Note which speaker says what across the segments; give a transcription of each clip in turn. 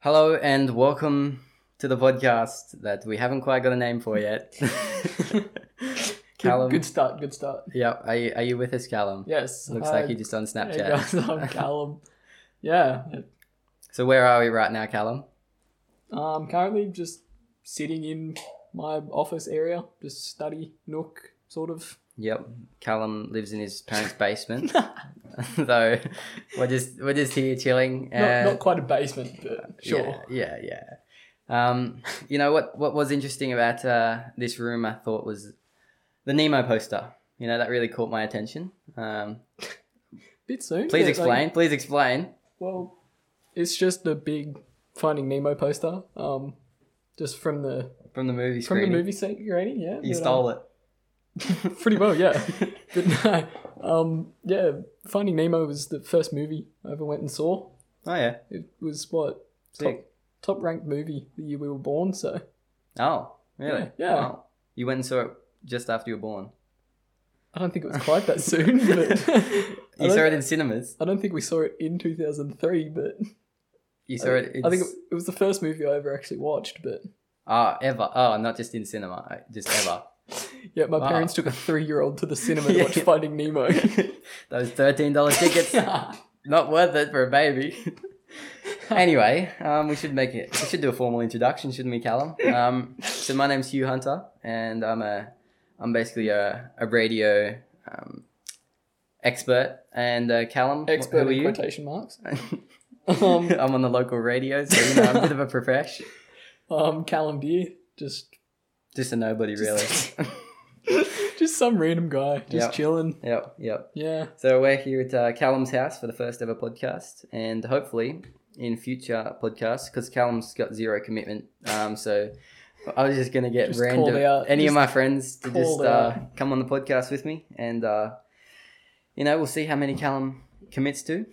Speaker 1: Hello and welcome to the podcast that we haven't quite got a name for yet.
Speaker 2: Good-
Speaker 1: Callum.
Speaker 2: Good start. Good start.
Speaker 1: Yeah, are you, are you with us, Callum?
Speaker 2: Yes.
Speaker 1: Looks
Speaker 2: hi.
Speaker 1: like you just on
Speaker 2: Hey,
Speaker 1: Snapchat.
Speaker 2: guys, I'm Callum. Yeah.
Speaker 1: So where are we right now, Callum?
Speaker 2: I'm currently just sitting in my office area, just study nook sort of.
Speaker 1: Yep, Callum lives in his parents' basement. Though we're just we're just here chilling.
Speaker 2: Not,
Speaker 1: uh,
Speaker 2: not quite a basement, but sure.
Speaker 1: Yeah, yeah. yeah. Um, you know what? What was interesting about uh, this room, I thought, was the Nemo poster. You know that really caught my attention. Um,
Speaker 2: Bit soon.
Speaker 1: please
Speaker 2: but,
Speaker 1: explain.
Speaker 2: Like,
Speaker 1: please explain.
Speaker 2: well, it's just a big Finding Nemo poster. Um, just from the
Speaker 1: From the movie
Speaker 2: from
Speaker 1: screen.
Speaker 2: the movie scene, rating. Yeah.
Speaker 1: You stole it.
Speaker 2: it. Pretty well, yeah. but no, um, yeah. Finding Nemo was the first movie I ever went and saw.
Speaker 1: Oh yeah.
Speaker 2: It was what top
Speaker 1: Sick.
Speaker 2: top ranked movie the year we were born. So
Speaker 1: Oh, really?
Speaker 2: Yeah, yeah.
Speaker 1: Wow. You went and saw it just after you were born.
Speaker 2: I don't think it was quite that soon. But I,
Speaker 1: You saw
Speaker 2: don't,
Speaker 1: it in cinemas.
Speaker 2: I don't think we saw it in 2003, but
Speaker 1: You saw
Speaker 2: I,
Speaker 1: it. In...
Speaker 2: I think it, it was the first movie I ever actually watched. But
Speaker 1: Oh, ever. Oh, not just in cinema. I- Just ever.
Speaker 2: yeah, my
Speaker 1: Wow.
Speaker 2: parents took a three year old to the cinema
Speaker 1: Yeah.
Speaker 2: to watch Finding Nemo.
Speaker 1: Those thirteen dollar tickets.
Speaker 2: yeah.
Speaker 1: not worth it for a baby. anyway, um, we should make it. We should do a formal introduction, shouldn't we, Callum? Um, so my name's Hugh Hunter, and I'm a, I'm basically a, a radio um, expert. And uh, Callum, wh-
Speaker 2: Expert
Speaker 1: who
Speaker 2: in
Speaker 1: are
Speaker 2: quotation marks.
Speaker 1: you?
Speaker 2: Um,
Speaker 1: I'm on the local radio, so you know, I'm a bit of a profesh.
Speaker 2: um, Callum Deer, just
Speaker 1: Just a nobody, really.
Speaker 2: just some random guy, just
Speaker 1: Yeah. Mm.
Speaker 2: chilling.
Speaker 1: yep, yep.
Speaker 2: Yeah,
Speaker 1: So we're here at uh, Callum's house for the first ever podcast, and hopefully in future podcasts, because Callum's got zero commitment, um, so I was just gonna get
Speaker 2: Just
Speaker 1: random
Speaker 2: called out.
Speaker 1: any of
Speaker 2: Just
Speaker 1: my friends to just
Speaker 2: called
Speaker 1: uh,
Speaker 2: out.
Speaker 1: come on the podcast with me, and uh, you know we'll see how many Callum commits to.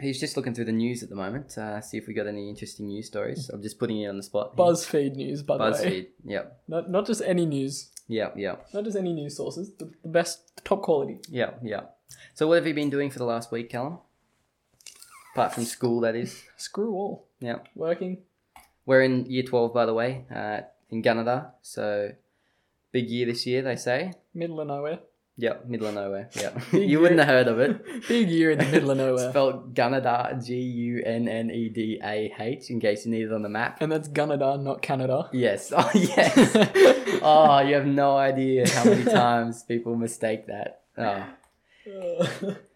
Speaker 1: He's just looking through the news at the moment, uh, see if we got any interesting news stories. I'm just putting you on the spot. here.
Speaker 2: BuzzFeed news, by the way.
Speaker 1: BuzzFeed. Yep.
Speaker 2: Not not just any news,
Speaker 1: Yep. Yep.
Speaker 2: not just any news sources. The, the best, the top quality.
Speaker 1: Yeah, yeah. So what have you been doing for the last week, Callum? Apart from school, that is.
Speaker 2: Screw all.
Speaker 1: Yeah.
Speaker 2: Working.
Speaker 1: We're in year 12, by the way, uh, in Canada. So big year this year, they say.
Speaker 2: Middle of nowhere.
Speaker 1: Yep, middle of nowhere. Yep.
Speaker 2: Big
Speaker 1: you wouldn't
Speaker 2: year.
Speaker 1: have heard of it.
Speaker 2: Big year in the middle of nowhere.
Speaker 1: Spelled Gunnedah, G U N N E D A H, in case you need it on the map.
Speaker 2: and that's Gunnedah, not Canada.
Speaker 1: Yes. Oh, yes. oh, you have no idea how many times people mistake that. Oh.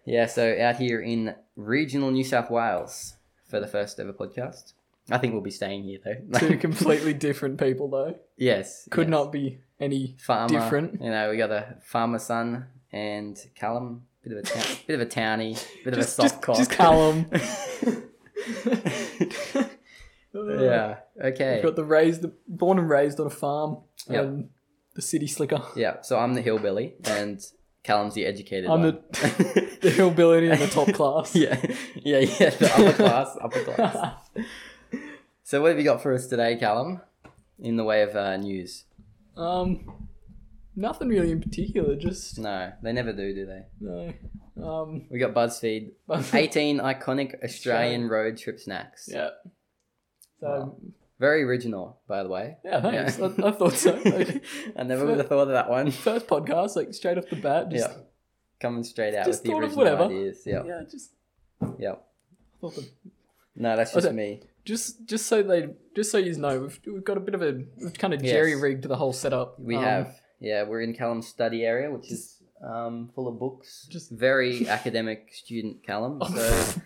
Speaker 1: Yeah, so out here in regional New South Wales for the first ever podcast. I think we'll be staying here though.
Speaker 2: Two completely different people, though.
Speaker 1: yes,
Speaker 2: Could
Speaker 1: yes.
Speaker 2: not be any.
Speaker 1: farmer.
Speaker 2: different.
Speaker 1: You know, we got a farmer son and Callum, bit of a town, bit of a townie, bit
Speaker 2: Just,
Speaker 1: of a soft
Speaker 2: just,
Speaker 1: cock.
Speaker 2: just Callum.
Speaker 1: yeah. Okay.
Speaker 2: Uh, We've got the raised, born and raised on a farm.
Speaker 1: Yep.
Speaker 2: And the city slicker.
Speaker 1: Yeah. So I'm the hillbilly and Callum's the educated
Speaker 2: I'm
Speaker 1: one. the.
Speaker 2: The hillbilly in the top class.
Speaker 1: yeah, yeah, yeah. The upper class, upper class. So what have you got for us today, Callum? In the way of uh, news?
Speaker 2: um, nothing really in particular. Just
Speaker 1: No, they never do, do they?
Speaker 2: no. Um,
Speaker 1: We got BuzzFeed.
Speaker 2: but-
Speaker 1: 18 iconic Australian road trip snacks.
Speaker 2: yeah. So
Speaker 1: Wow. Very original, by the way.
Speaker 2: yeah, thanks.
Speaker 1: Yeah.
Speaker 2: I, I thought so. Like,
Speaker 1: I never would have thought of that one.
Speaker 2: first podcast, like straight off the bat, just
Speaker 1: Yeah. Coming straight out with
Speaker 2: Just
Speaker 1: the
Speaker 2: thought of
Speaker 1: original
Speaker 2: whatever.
Speaker 1: ideas. Yeah.
Speaker 2: Yeah, just
Speaker 1: Yep.
Speaker 2: thought of-
Speaker 1: No, that's just
Speaker 2: Okay.
Speaker 1: me.
Speaker 2: just just so they just so you know, we've, we've got a bit of a we've kind of
Speaker 1: Yes.
Speaker 2: jerry rigged the whole setup.
Speaker 1: We
Speaker 2: Um,
Speaker 1: have. Yeah, we're in Callum's study area, which is um, full of books. Just
Speaker 2: Just- Oh.
Speaker 1: very academic student Callum. So,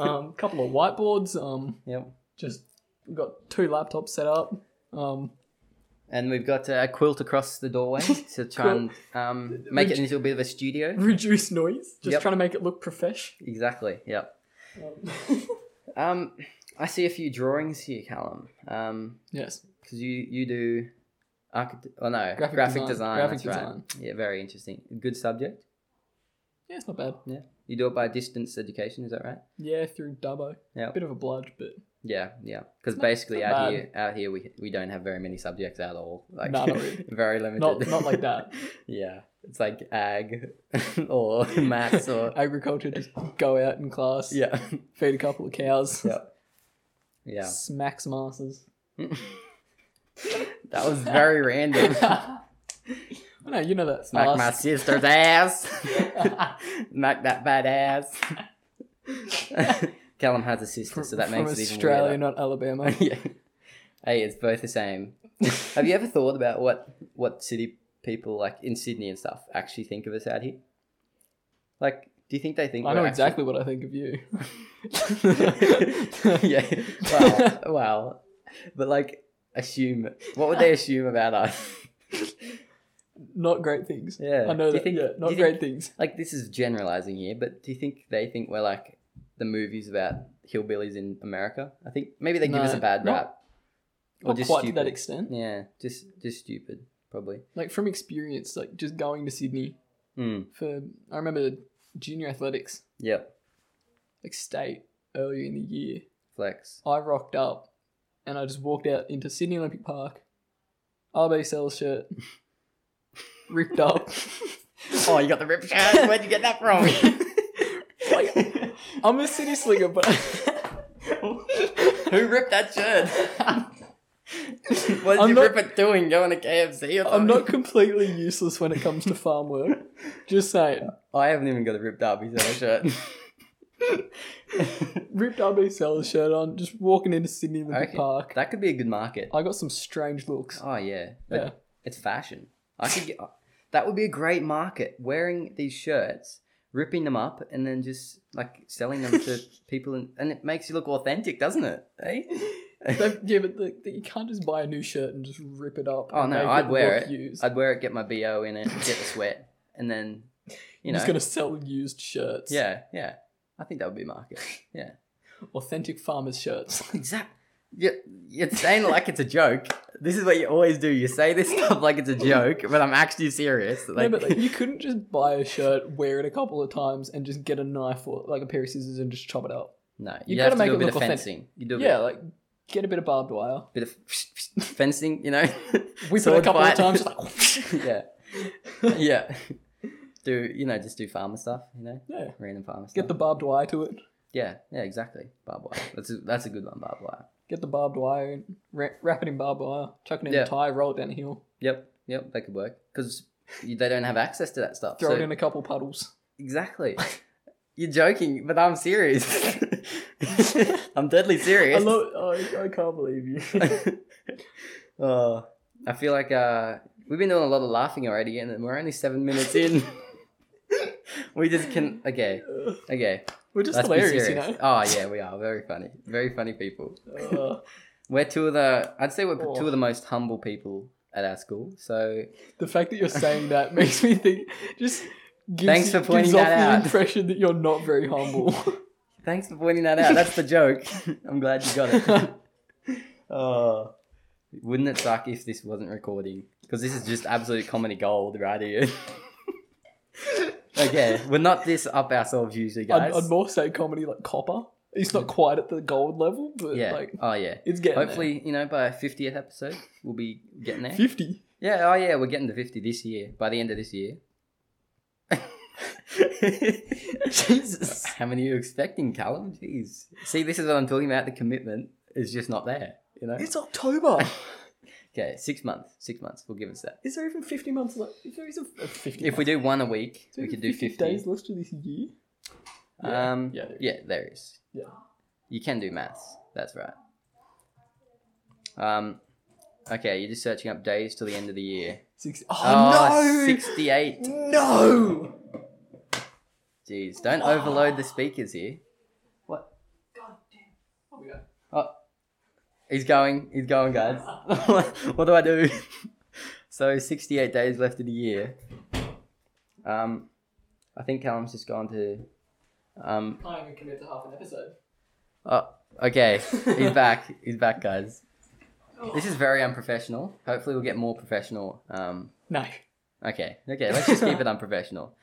Speaker 2: um, a couple of whiteboards. Um,
Speaker 1: yep.
Speaker 2: just we've got two laptops set up. Um,
Speaker 1: And we've got a quilt across the doorway to try and um, make it into a bit of a
Speaker 2: Mm.
Speaker 1: studio.
Speaker 2: reduce noise. Just
Speaker 1: Yep.
Speaker 2: trying to make it look profesh.
Speaker 1: Exactly. Yep.
Speaker 2: Um,
Speaker 1: Um, I see a few drawings here, Callum. Um,
Speaker 2: yes,
Speaker 1: because you you do, archite- oh no, graphic,
Speaker 2: Graphic
Speaker 1: design.
Speaker 2: design, graphic
Speaker 1: that's right.
Speaker 2: design.
Speaker 1: Yeah, very interesting. Good subject.
Speaker 2: yeah, it's not bad.
Speaker 1: Yeah, you do it by distance education. Is that right?
Speaker 2: Yeah, through Dubbo.
Speaker 1: Yeah.
Speaker 2: bit of a bludge, but
Speaker 1: Yeah, yeah. Because
Speaker 2: not-
Speaker 1: basically
Speaker 2: not
Speaker 1: out
Speaker 2: bad.
Speaker 1: here, out here we we don't have very many subjects at all. Like
Speaker 2: No, not really.
Speaker 1: very limited.
Speaker 2: not not like that.
Speaker 1: yeah, it's like ag or maths or
Speaker 2: agriculture. Just go out in class.
Speaker 1: yeah,
Speaker 2: feed a couple of cows.
Speaker 1: yeah. Yeah.
Speaker 2: Smacks some asses.
Speaker 1: That was very random.
Speaker 2: no, you know that.
Speaker 1: Smack my
Speaker 2: ass.
Speaker 1: sister's ass. Smack that bad ass. Callum has a sister, so that
Speaker 2: From
Speaker 1: makes it even
Speaker 2: Australia,
Speaker 1: weirder.
Speaker 2: not Alabama.
Speaker 1: yeah. Hey, it's both the same. Have you ever thought about what what city people like in Sydney and stuff actually think of us out here? Like, do you think they think
Speaker 2: I
Speaker 1: we're
Speaker 2: know
Speaker 1: actually-
Speaker 2: exactly what I think of you.
Speaker 1: yeah. Wow. wow. But like, assume what would they assume about us?
Speaker 2: Not great things.
Speaker 1: Yeah.
Speaker 2: I know
Speaker 1: Do you
Speaker 2: that.
Speaker 1: think-
Speaker 2: yeah,
Speaker 1: do you
Speaker 2: not
Speaker 1: think-
Speaker 2: great things.
Speaker 1: like this is generalizing here, but do you think they think we're like the movies about hillbillies in America? I think maybe they give us a
Speaker 2: No,
Speaker 1: bad
Speaker 2: not-
Speaker 1: rap. Or
Speaker 2: Not
Speaker 1: just
Speaker 2: quite to
Speaker 1: stupid.
Speaker 2: that extent.
Speaker 1: Yeah, just just stupid, probably.
Speaker 2: Like from experience, like just going to Sydney
Speaker 1: Mm.
Speaker 2: for I remember junior athletics,
Speaker 1: Yep.
Speaker 2: like state earlier in the year.
Speaker 1: Flex.
Speaker 2: I rocked up and I just walked out into Sydney Olympic Park, RB Sales shirt, ripped up.
Speaker 1: Oh, you got the rip shirt. Where'd you get that from?
Speaker 2: Like, I'm a city slinger, but
Speaker 1: Who ripped that shirt? What's
Speaker 2: I'm
Speaker 1: your
Speaker 2: not-
Speaker 1: ripper doing going to KFC? Or
Speaker 2: I'm
Speaker 1: something?
Speaker 2: not completely useless when it comes to farm work. Just saying.
Speaker 1: Oh, I haven't even got a ripped up his shirt.
Speaker 2: Ripped RB Sales shirt on, just walking into Sydney Olympic
Speaker 1: Okay.
Speaker 2: Park.
Speaker 1: that could be a good market.
Speaker 2: I got some strange looks.
Speaker 1: Oh yeah, but
Speaker 2: Yeah.
Speaker 1: it's fashion. I could get that would be a great market. Wearing these shirts, ripping them up, and then just like selling them to people, and, and it makes you look authentic, doesn't it? Eh?
Speaker 2: They've- yeah, but like, you can't just buy a new shirt and just rip it up.
Speaker 1: Oh,
Speaker 2: and
Speaker 1: no,
Speaker 2: make
Speaker 1: I'd wear it.
Speaker 2: look Used.
Speaker 1: I'd wear it, get my bo in it, get the sweat, and then you
Speaker 2: I'm
Speaker 1: know,
Speaker 2: just gonna sell used shirts.
Speaker 1: yeah, yeah. I think that would be a market. Yeah,
Speaker 2: authentic farmers shirts.
Speaker 1: exactly. Yeah, you're saying it like it's a joke. This is what you always do. You say this stuff like it's a joke, but I'm actually serious.
Speaker 2: no,
Speaker 1: Like,
Speaker 2: but like, you couldn't just buy a shirt, wear it a couple of times, and just get a knife or like a pair of scissors and just chop it up.
Speaker 1: no, you,
Speaker 2: you gotta
Speaker 1: have to
Speaker 2: make
Speaker 1: do a
Speaker 2: it
Speaker 1: bit
Speaker 2: look
Speaker 1: of
Speaker 2: authentic.
Speaker 1: fencing. You do a bit
Speaker 2: Yeah, like get a bit of barbed wire,
Speaker 1: bit of fencing, you know.
Speaker 2: whip it a
Speaker 1: Sword
Speaker 2: couple
Speaker 1: fight.
Speaker 2: of times, just like
Speaker 1: yeah, yeah. Do you know just do farmer stuff, you know,
Speaker 2: yeah,
Speaker 1: random farmer stuff.
Speaker 2: get the barbed wire to it.
Speaker 1: yeah, yeah, exactly. Barbed wire. That's a, that's a good one. Barbed wire.
Speaker 2: Get the barbed wire, and wrap, wrap it in barbed wire, chuck it in
Speaker 1: Yeah.
Speaker 2: a tie, roll it down a hill,
Speaker 1: Yep, yep. That could work because they don't have access to that stuff.
Speaker 2: throw
Speaker 1: so-
Speaker 2: it in a couple puddles.
Speaker 1: Exactly. You're joking, but I'm serious. I'm deadly
Speaker 2: I
Speaker 1: serious.
Speaker 2: love. I, I can't believe you.
Speaker 1: oh, I feel like uh, we've been doing a lot of laughing already, and we're only seven minutes in. we just can. Okay, okay.
Speaker 2: We're just
Speaker 1: Let's be
Speaker 2: hilarious, you
Speaker 1: serious.
Speaker 2: know.
Speaker 1: Oh yeah, we are very funny, very funny people.
Speaker 2: Uh,
Speaker 1: We're two of the, I'd say we're
Speaker 2: Oh.
Speaker 1: two of the most humble people at our school. So
Speaker 2: the fact that you're saying that makes me think. Just gives,
Speaker 1: Thanks for pointing
Speaker 2: gives off
Speaker 1: that
Speaker 2: the
Speaker 1: out.
Speaker 2: impression that you're not very humble.
Speaker 1: thanks for pointing that out. That's the joke. I'm glad you got it.
Speaker 2: Uh,
Speaker 1: oh, wouldn't it suck if this wasn't recording? Because this is just absolute comedy gold right here. okay, we're not this up ourselves usually,
Speaker 2: I'd,
Speaker 1: guys.
Speaker 2: I'd more say comedy like copper. It's not quite at the gold level, but
Speaker 1: yeah.
Speaker 2: like
Speaker 1: oh yeah.
Speaker 2: it's getting there.
Speaker 1: Hopefully, you know, by fiftieth episode, we'll be getting there.
Speaker 2: fifty.
Speaker 1: Yeah, oh yeah, we're getting to 50 this year, by the end of this year.
Speaker 2: Jesus.
Speaker 1: How many are you expecting, Callum? Jeez. See, this is what I'm talking about. The commitment is just not there, you know?
Speaker 2: It's October.
Speaker 1: Okay, six months. Six months will give us that.
Speaker 2: Is there even fifty months left? Is there even uh, fifty?
Speaker 1: If we do one a week, we could do 50.
Speaker 2: days left to this year. Yeah,
Speaker 1: Um,
Speaker 2: yeah,
Speaker 1: yeah,
Speaker 2: there is.
Speaker 1: there is.
Speaker 2: Yeah.
Speaker 1: You can do maths. That's right. Um, okay, you're just searching up days till the end of the year.
Speaker 2: Six. Oh,
Speaker 1: Oh,
Speaker 2: no!
Speaker 1: 68.
Speaker 2: No.
Speaker 1: Jeez, don't overload the speakers here. What? Oh, he's going. He's going, guys. what do I do? so, 68 days left of the year. Um, I think Callum's just gone to. Um,
Speaker 2: I'm gonna commit to half an episode.
Speaker 1: oh, okay. He's back. He's back, guys. This is very unprofessional. Hopefully, we'll get more professional. Um,
Speaker 2: No.
Speaker 1: okay. Okay. Let's just keep it unprofessional.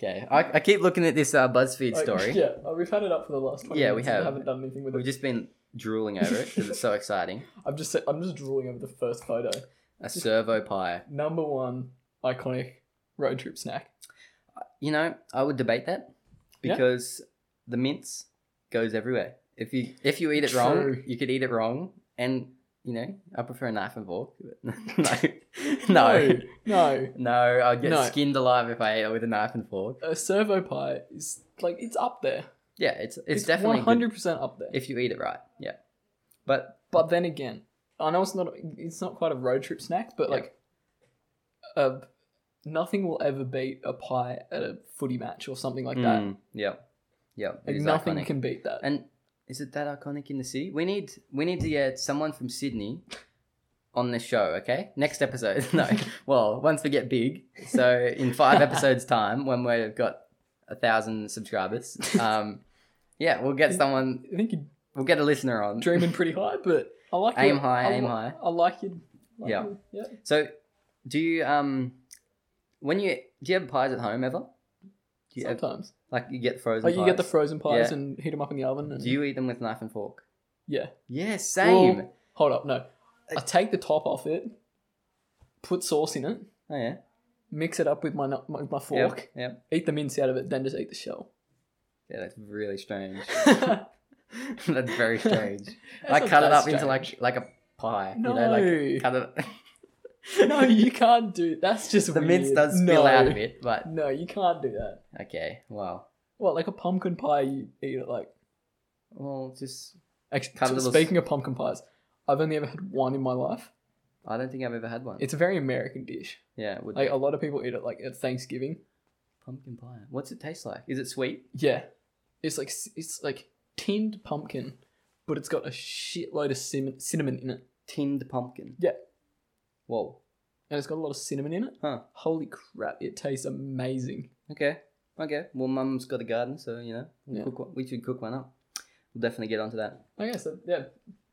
Speaker 1: Okay. I, I keep looking at this uh, BuzzFeed
Speaker 2: Like,
Speaker 1: story.
Speaker 2: Yeah, uh, we've had it up for the last 20
Speaker 1: Yeah, we
Speaker 2: minutes and
Speaker 1: have.
Speaker 2: haven't done anything with
Speaker 1: We've
Speaker 2: it.
Speaker 1: just been drooling over it because it's so exciting.
Speaker 2: I'm just sa- I'm just drooling over the first photo.
Speaker 1: A servo pie.
Speaker 2: Number one iconic road trip snack.
Speaker 1: You know, I would debate that
Speaker 2: Yeah.
Speaker 1: because the mince goes everywhere. If you if you eat it wrong,
Speaker 2: True.
Speaker 1: you could eat it wrong, and you know I prefer a knife and fork. no,
Speaker 2: No,
Speaker 1: no,
Speaker 2: no.
Speaker 1: no, I'd get
Speaker 2: No.
Speaker 1: skinned alive if I ate it with a knife and fork.
Speaker 2: A servo pie is like it's up there.
Speaker 1: Yeah, it's it's, definitely
Speaker 2: one
Speaker 1: good
Speaker 2: hundred percent up there.
Speaker 1: if you eat it right. Yeah, but
Speaker 2: But then again, I know it's not it's not quite a road trip snack, but
Speaker 1: Yeah.
Speaker 2: like, uh, nothing will ever beat a pie at a footy match or something like that.
Speaker 1: Mm, yeah, yeah, it
Speaker 2: Hmm. Like
Speaker 1: is
Speaker 2: nothing
Speaker 1: iconic.
Speaker 2: can beat that.
Speaker 1: And is it that iconic in the city? We need we need to get someone from Sydney on the show, okay? Next episode. No. well, once we get big. So in five episodes time, when we've got a thousand subscribers. Um yeah, we'll get someone
Speaker 2: I think you're
Speaker 1: we'll get a listener on.
Speaker 2: dreaming pretty high, but I like
Speaker 1: Aim
Speaker 2: your-
Speaker 1: high,
Speaker 2: I,
Speaker 1: aim
Speaker 2: li-
Speaker 1: high.
Speaker 2: I like you. Like
Speaker 1: Yeah.
Speaker 2: your- yeah.
Speaker 1: So do you um when you do you have pies at home ever? Do you have,
Speaker 2: Sometimes,
Speaker 1: like you get frozen
Speaker 2: like Oh, you get the
Speaker 1: pies?
Speaker 2: frozen pies
Speaker 1: Yeah.
Speaker 2: and heat them up in the oven. And,
Speaker 1: Do you eat them with knife and fork?
Speaker 2: Yeah.
Speaker 1: Yeah, same.
Speaker 2: Well, hold up, no. I take the top off it, put sauce in it,
Speaker 1: oh yeah.
Speaker 2: mix it up with my nu- my, my
Speaker 1: Yep,
Speaker 2: fork,
Speaker 1: yep.
Speaker 2: eat the mince out of it, then just eat the shell.
Speaker 1: Yeah, that's really strange.
Speaker 2: That's
Speaker 1: that's very strange.
Speaker 2: not
Speaker 1: like cut it
Speaker 2: that
Speaker 1: up into
Speaker 2: strange.
Speaker 1: like like a pie.
Speaker 2: no,
Speaker 1: You know, like cut it.
Speaker 2: no, you can't do. That's just
Speaker 1: the mince
Speaker 2: weird.
Speaker 1: does spill
Speaker 2: No.
Speaker 1: out of it, but
Speaker 2: No, you can't do that.
Speaker 1: okay. Well,
Speaker 2: Well, like a pumpkin pie, you eat it like.
Speaker 1: well, just
Speaker 2: Actually,
Speaker 1: Cut a
Speaker 2: so
Speaker 1: little s-
Speaker 2: speaking of pumpkin pies, I've only ever had one in my life.
Speaker 1: I don't think I've ever had one.
Speaker 2: It's a very American dish.
Speaker 1: yeah, it would
Speaker 2: Like
Speaker 1: be
Speaker 2: a lot of people eat it like at Thanksgiving.
Speaker 1: pumpkin pie. What's it taste like? Is it sweet?
Speaker 2: Yeah, it's like s- it's like tinned pumpkin, but it's got a shitload of cinnamon, cinnamon in it,
Speaker 1: Tinned pumpkin.
Speaker 2: Yeah.
Speaker 1: Whoa.
Speaker 2: and it's got a lot of cinnamon in it.
Speaker 1: Huh.
Speaker 2: Holy crap! It tastes amazing.
Speaker 1: Okay. Okay. Well, Mum's got a garden, so you know, we'll
Speaker 2: Yeah.
Speaker 1: cook one. we should cook one up. We'll definitely get onto that.
Speaker 2: Okay, so yeah,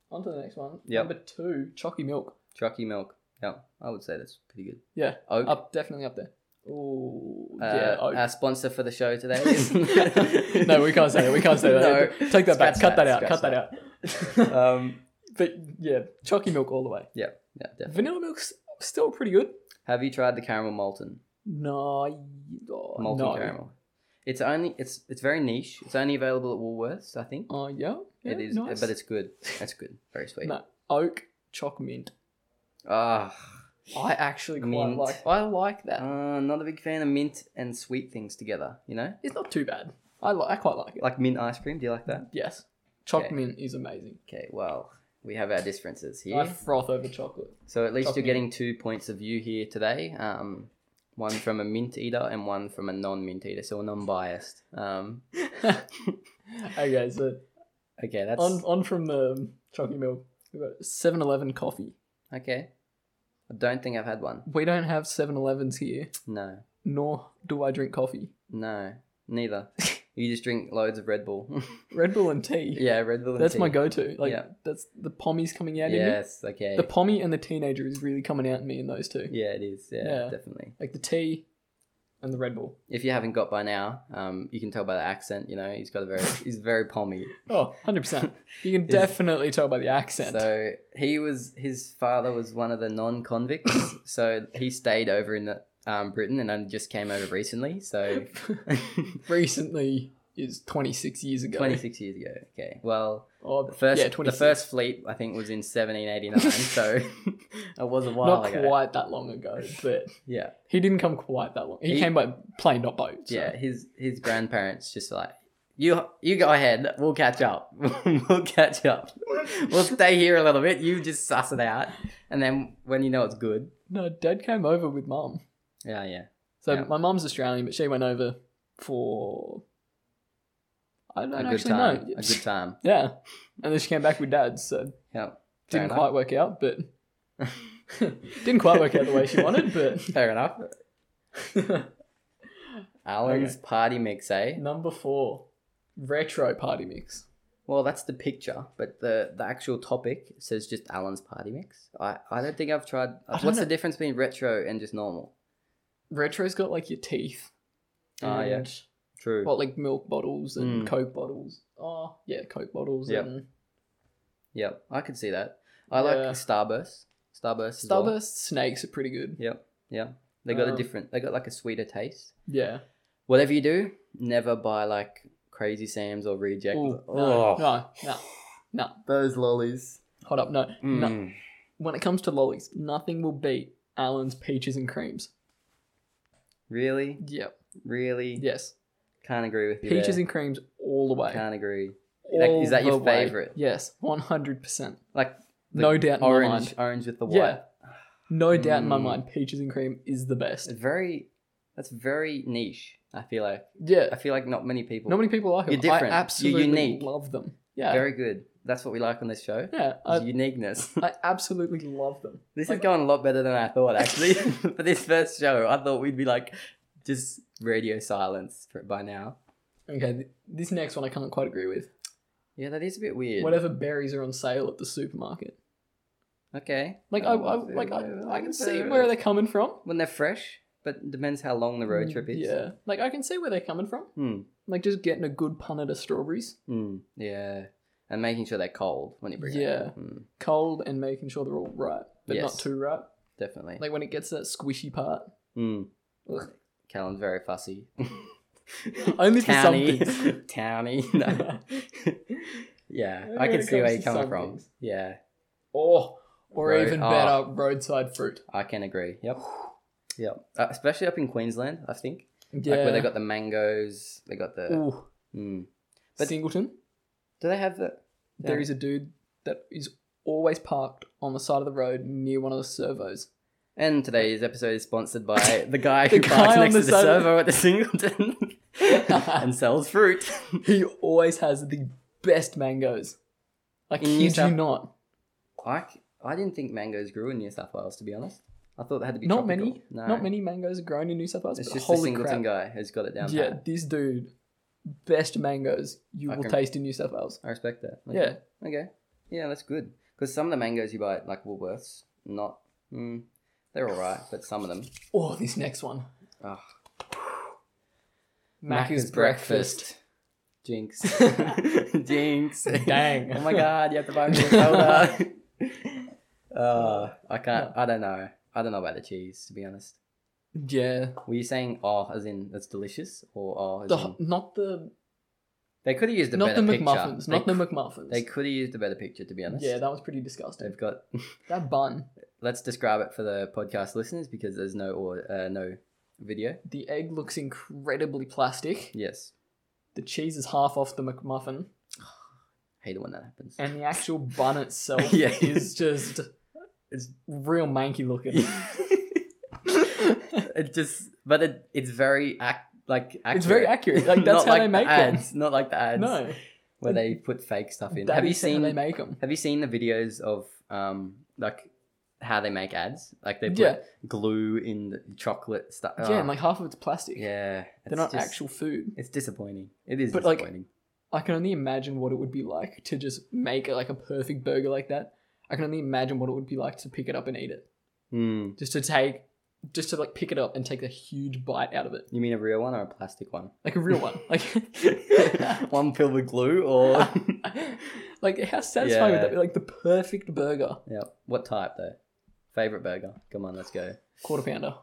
Speaker 2: on to the next one.
Speaker 1: Yep.
Speaker 2: Number two, chalky milk.
Speaker 1: Truckee milk. Yeah, I would say that's pretty good.
Speaker 2: Yeah,
Speaker 1: Oak.
Speaker 2: up definitely up there. Oh
Speaker 1: uh,
Speaker 2: yeah, oak.
Speaker 1: our sponsor for the show today.
Speaker 2: no, we can't say that. We can't say that.
Speaker 1: uh, No.
Speaker 2: Take that back.
Speaker 1: Scratch
Speaker 2: Cut that,
Speaker 1: that,
Speaker 2: out.
Speaker 1: scratch
Speaker 2: Cut that, out.
Speaker 1: Um,
Speaker 2: but yeah, chalky milk all the way.
Speaker 1: yeah, yeah, definitely.
Speaker 2: Vanilla milk's still pretty good.
Speaker 1: Have you tried the caramel molten?
Speaker 2: No, y- oh,
Speaker 1: Molten
Speaker 2: no.
Speaker 1: caramel. It's only it's it's very niche. It's only available at Woolworths, I think.
Speaker 2: Oh yeah, yeah,
Speaker 1: it is,
Speaker 2: nice.
Speaker 1: but it's good. That's good. Very sweet.
Speaker 2: no oak chalk mint.
Speaker 1: Ah,
Speaker 2: I actually quite
Speaker 1: Mint.
Speaker 2: like. I like that.
Speaker 1: uh, not a big fan of mint and sweet things together. You know,
Speaker 2: It's not too bad. I li- I quite like it.
Speaker 1: like mint ice cream. Do you like that?
Speaker 2: yes, chalk
Speaker 1: Okay.
Speaker 2: mint is amazing.
Speaker 1: Okay, well, we have our differences
Speaker 2: I
Speaker 1: here.
Speaker 2: froth over chocolate.
Speaker 1: So at least
Speaker 2: Chocolate
Speaker 1: you're getting two points of view here today. Um, one from a mint eater and one from a non-mint eater, so we're non-biased. Um,
Speaker 2: okay, so
Speaker 1: okay, that's
Speaker 2: on on from um, chocolate milk, we've got 7-Eleven coffee.
Speaker 1: okay. I don't think I've had one.
Speaker 2: We don't have 7-Elevens here,
Speaker 1: No.
Speaker 2: nor do I drink coffee.
Speaker 1: No, neither. you just drink loads of Red Bull.
Speaker 2: Red Bull and tea.
Speaker 1: yeah, Red Bull. And
Speaker 2: that's my
Speaker 1: tea.
Speaker 2: go-to. Like
Speaker 1: Yeah.
Speaker 2: that's the pommies coming out in me.
Speaker 1: Yes. Okay.
Speaker 2: The pommy and the teenager is really coming out in me in those two.
Speaker 1: yeah, it is. Yeah,
Speaker 2: Yeah.
Speaker 1: definitely.
Speaker 2: Like the tea and the Red Bull.
Speaker 1: If you haven't got by now, um, you can tell by the accent. You know, he's got a very, he's very pommy.
Speaker 2: Oh, 100%. You can definitely tell by the accent.
Speaker 1: So he was, his father was one of the non-convicts, so he stayed over in the, um, Britain and then just came over recently. So
Speaker 2: Recently is 26 years ago.
Speaker 1: 26 years ago. Okay. Well,
Speaker 2: Oh,
Speaker 1: the first,
Speaker 2: yeah,
Speaker 1: the
Speaker 2: 26.
Speaker 1: first fleet I think was in 1789. so it was a while
Speaker 2: Not
Speaker 1: ago.
Speaker 2: quite that long ago, but
Speaker 1: Yeah.
Speaker 2: he didn't come quite that long. He,
Speaker 1: He-
Speaker 2: came by plane, not boat. so.
Speaker 1: Yeah, his his grandparents just like you. You go ahead. We'll catch up. we'll catch up. We'll stay here a little bit. You just suss it out, and then when you know it's good.
Speaker 2: No, Dad came over with Mum.
Speaker 1: Yeah, yeah.
Speaker 2: So
Speaker 1: Yeah.
Speaker 2: my mum's Australian, but she went over for I don't
Speaker 1: A good
Speaker 2: actually
Speaker 1: time.
Speaker 2: know.
Speaker 1: A good time.
Speaker 2: Yeah, and then she came back with Dad, so
Speaker 1: Yeah. Fair
Speaker 2: didn't
Speaker 1: enough.
Speaker 2: quite work out, but didn't quite work out the way she wanted.
Speaker 1: Fair enough.
Speaker 2: But
Speaker 1: Alan's party mix, eh?
Speaker 2: number four, retro party mix.
Speaker 1: Well, that's the picture, but the the actual topic says just Alan's party mix. I I don't think I've tried.
Speaker 2: don't
Speaker 1: What's the
Speaker 2: know.
Speaker 1: difference between retro and just normal?
Speaker 2: Retro's got like your teeth.
Speaker 1: Ah, yeah.
Speaker 2: and-
Speaker 1: True.
Speaker 2: Well, like milk bottles and
Speaker 1: Mm.
Speaker 2: Coke bottles. Oh, yeah, Coke bottles
Speaker 1: Yep.
Speaker 2: and
Speaker 1: yep, I could see that. I like
Speaker 2: Yeah.
Speaker 1: Starburst. Starburst. as well.
Speaker 2: Starburst snakes are pretty good.
Speaker 1: Yep. Yeah. They got a
Speaker 2: Um,
Speaker 1: different. They got like a sweeter taste.
Speaker 2: Yeah.
Speaker 1: Whatever you do, never buy like Crazy Sam's or Reject.
Speaker 2: Ooh,
Speaker 1: Oh,
Speaker 2: no, no, no, no.
Speaker 1: those lollies.
Speaker 2: Hold up, no, no.
Speaker 1: Mm.
Speaker 2: When it comes to lollies, nothing will beat Alan's peaches and creams.
Speaker 1: Really,
Speaker 2: Yep.
Speaker 1: really
Speaker 2: Yes.
Speaker 1: can't agree with you.
Speaker 2: Peaches
Speaker 1: there.
Speaker 2: and creams all the way.
Speaker 1: can't agree. Like,
Speaker 2: All
Speaker 1: is that your
Speaker 2: the way.
Speaker 1: favorite?
Speaker 2: Yes, one hundred percent.
Speaker 1: Like the
Speaker 2: No doubt in my
Speaker 1: orange,
Speaker 2: mind.
Speaker 1: orange with the white.
Speaker 2: Yeah. No doubt in my
Speaker 1: Mm.
Speaker 2: mind, peaches and cream is the
Speaker 1: It's
Speaker 2: best.
Speaker 1: very. That's very niche. I feel like. I
Speaker 2: Yeah,
Speaker 1: feel like not many people.
Speaker 2: not many people like them.
Speaker 1: You're different.
Speaker 2: I
Speaker 1: You're
Speaker 2: absolutely
Speaker 1: unique.
Speaker 2: love them. Yeah,
Speaker 1: Very good. That's what we like on this show.
Speaker 2: yeah.
Speaker 1: is
Speaker 2: I,
Speaker 1: uniqueness.
Speaker 2: I absolutely love them.
Speaker 1: This
Speaker 2: Uh, Like-
Speaker 1: is going a lot better than I thought, actually. for this first show, I thought we'd be like just radio silence for, by now.
Speaker 2: Okay, th- this next one I can't quite agree with.
Speaker 1: Yeah, that is a bit weird.
Speaker 2: Whatever berries are on sale at the supermarket.
Speaker 1: Okay.
Speaker 2: Like I, I like I, I can see
Speaker 1: Uh,
Speaker 2: where they're coming from.
Speaker 1: when they're fresh, but it depends how long the road trip is.
Speaker 2: Mm, Yeah, like I can see where they're coming from.
Speaker 1: Hmm.
Speaker 2: Like just getting a good punnet of strawberries,
Speaker 1: Hmm. Yeah. And making sure they're cold when you bring it.
Speaker 2: Mm. Yeah.
Speaker 1: Hmm,
Speaker 2: cold and making sure they're all right, but
Speaker 1: Yes.
Speaker 2: not too right.
Speaker 1: definitely.
Speaker 2: Like when it gets to that squishy part.
Speaker 1: Hmm.
Speaker 2: Ugh.
Speaker 1: Callum's very fussy.
Speaker 2: Only for some
Speaker 1: Towny.
Speaker 2: things.
Speaker 1: Towny. No. yeah. I
Speaker 2: When
Speaker 1: can
Speaker 2: it
Speaker 1: see where
Speaker 2: comes
Speaker 1: you're
Speaker 2: to
Speaker 1: coming
Speaker 2: some
Speaker 1: from.
Speaker 2: things.
Speaker 1: Yeah.
Speaker 2: Oh, or
Speaker 1: Road-
Speaker 2: even
Speaker 1: oh.
Speaker 2: better, roadside fruit.
Speaker 1: I can agree. Yep. Yep. Uh, especially up in Queensland, I think.
Speaker 2: Yeah.
Speaker 1: Like where they got the mangoes, they got the.
Speaker 2: Ooh.
Speaker 1: Mm.
Speaker 2: But
Speaker 1: But-
Speaker 2: Singleton,
Speaker 1: Do they have the?
Speaker 2: there is a dude that is always parked on the side of the road near one of the servos.
Speaker 1: And today's episode is sponsored by the guy
Speaker 2: The
Speaker 1: who
Speaker 2: guy
Speaker 1: parks
Speaker 2: on
Speaker 1: next
Speaker 2: the
Speaker 1: to the
Speaker 2: side of-
Speaker 1: servo at the Singleton and sells fruit.
Speaker 2: He always has the best mangoes. I
Speaker 1: In New
Speaker 2: kid you
Speaker 1: South-
Speaker 2: not.
Speaker 1: I, c- I didn't think mangoes grew in New South Wales, to be honest. I thought they had to be
Speaker 2: Not
Speaker 1: tropical.
Speaker 2: many,
Speaker 1: No.
Speaker 2: not many mangoes are grown in New South Wales.
Speaker 1: It's
Speaker 2: but
Speaker 1: just the
Speaker 2: holy
Speaker 1: Singleton
Speaker 2: crap!
Speaker 1: guy who's got it down.
Speaker 2: yeah,
Speaker 1: pat.
Speaker 2: this dude, best mangoes you
Speaker 1: I
Speaker 2: will
Speaker 1: can-
Speaker 2: taste in New South Wales.
Speaker 1: I respect that.
Speaker 2: Yeah,
Speaker 1: Okay. Okay. Yeah, that's good. Because some of the mangoes you buy at like Woolworths, not. Mm, they're all right, but some of them.
Speaker 2: Oh, this next one.
Speaker 1: Ugh.
Speaker 2: Macca's breakfast.
Speaker 1: Jinx. Jinx.
Speaker 2: Dang.
Speaker 1: Oh my god, you have to buy me a soda. uh, I can't. I don't know. I don't know about the cheese, to be honest.
Speaker 2: Yeah,
Speaker 1: Were you saying oh as in it's delicious or oh as
Speaker 2: the,
Speaker 1: in...
Speaker 2: not the
Speaker 1: They could have used a
Speaker 2: not the
Speaker 1: better picture.
Speaker 2: McMuffins, not
Speaker 1: they,
Speaker 2: the McMuffins.
Speaker 1: they could have used a better picture, to be honest.
Speaker 2: yeah, that was pretty disgusting.
Speaker 1: They've got.
Speaker 2: That bun,
Speaker 1: Let's describe it for the podcast listeners because there's no or uh, no video.
Speaker 2: the egg looks incredibly plastic.
Speaker 1: Yes,
Speaker 2: The cheese is half off the McMuffin,
Speaker 1: hate it when that happens.
Speaker 2: and the actual bun itself
Speaker 1: Yeah.
Speaker 2: is just it's real manky looking.
Speaker 1: it just, but it, it's very ac- like accurate.
Speaker 2: It's very accurate. Like
Speaker 1: Not
Speaker 2: that's how
Speaker 1: like
Speaker 2: they make
Speaker 1: the ads, not like the
Speaker 2: them.
Speaker 1: ads
Speaker 2: No,
Speaker 1: where they put fake stuff in.
Speaker 2: that
Speaker 1: have you
Speaker 2: is how they
Speaker 1: seen?
Speaker 2: make them?
Speaker 1: Have you seen the videos of um like how they make ads? Like they put
Speaker 2: Yeah.
Speaker 1: glue in the chocolate stuff.
Speaker 2: Yeah, and like half of it's plastic.
Speaker 1: Oh. yeah,
Speaker 2: They're
Speaker 1: it's
Speaker 2: not
Speaker 1: just-
Speaker 2: actual food.
Speaker 1: It's disappointing. It is
Speaker 2: But, like,
Speaker 1: disappointing.
Speaker 2: I can only imagine what it would be like to just make like a perfect burger like that. I can only imagine what it would be like to pick it up and eat it.
Speaker 1: Hmm.
Speaker 2: just to take just to like pick it up and take a huge bite out of it
Speaker 1: You mean a real one or a plastic one?
Speaker 2: like a real one like
Speaker 1: one filled with glue or
Speaker 2: like how satisfying would
Speaker 1: Yeah.
Speaker 2: that be like the perfect burger
Speaker 1: yeah. What type though? Favorite burger? Come on, let's go.
Speaker 2: quarter pounder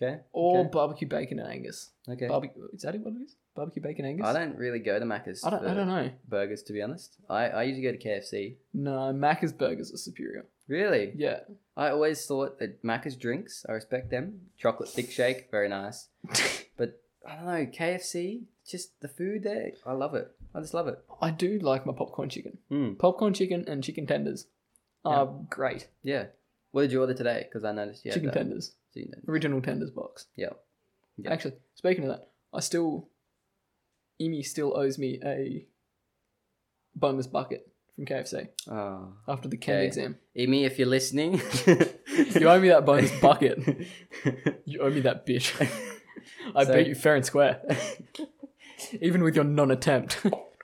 Speaker 1: Okay.
Speaker 2: or
Speaker 1: Okay.
Speaker 2: barbecue bacon and angus
Speaker 1: Okay.
Speaker 2: barbecue is that what it is barbecue bacon angus
Speaker 1: I don't really go to Macca's
Speaker 2: I don't,
Speaker 1: for
Speaker 2: I don't know
Speaker 1: burgers, to be honest. I, I usually go to KFC.
Speaker 2: no macca's burgers are superior
Speaker 1: Really?
Speaker 2: yeah
Speaker 1: I always thought that Macca's drinks, I respect them. Chocolate thick shake, very nice. But I don't know, KFC, just the food there, I love it. I just love it.
Speaker 2: i do like my popcorn chicken
Speaker 1: Mm,
Speaker 2: popcorn chicken and chicken tenders are great
Speaker 1: yeah. What did you order today? Because I noticed you had
Speaker 2: chicken
Speaker 1: that.
Speaker 2: tenders
Speaker 1: Chicken tenders.
Speaker 2: original tenders box
Speaker 1: Yeah. Yeah.
Speaker 2: Actually, speaking of that, I still, Imi still owes me a bonus bucket from KFC
Speaker 1: Oh.
Speaker 2: after the chem
Speaker 1: Okay.
Speaker 2: exam.
Speaker 1: Amy, if you're listening.
Speaker 2: You owe me that bonus bucket. You owe me that bitch. I
Speaker 1: So-
Speaker 2: beat you fair and square, even with your non-attempt.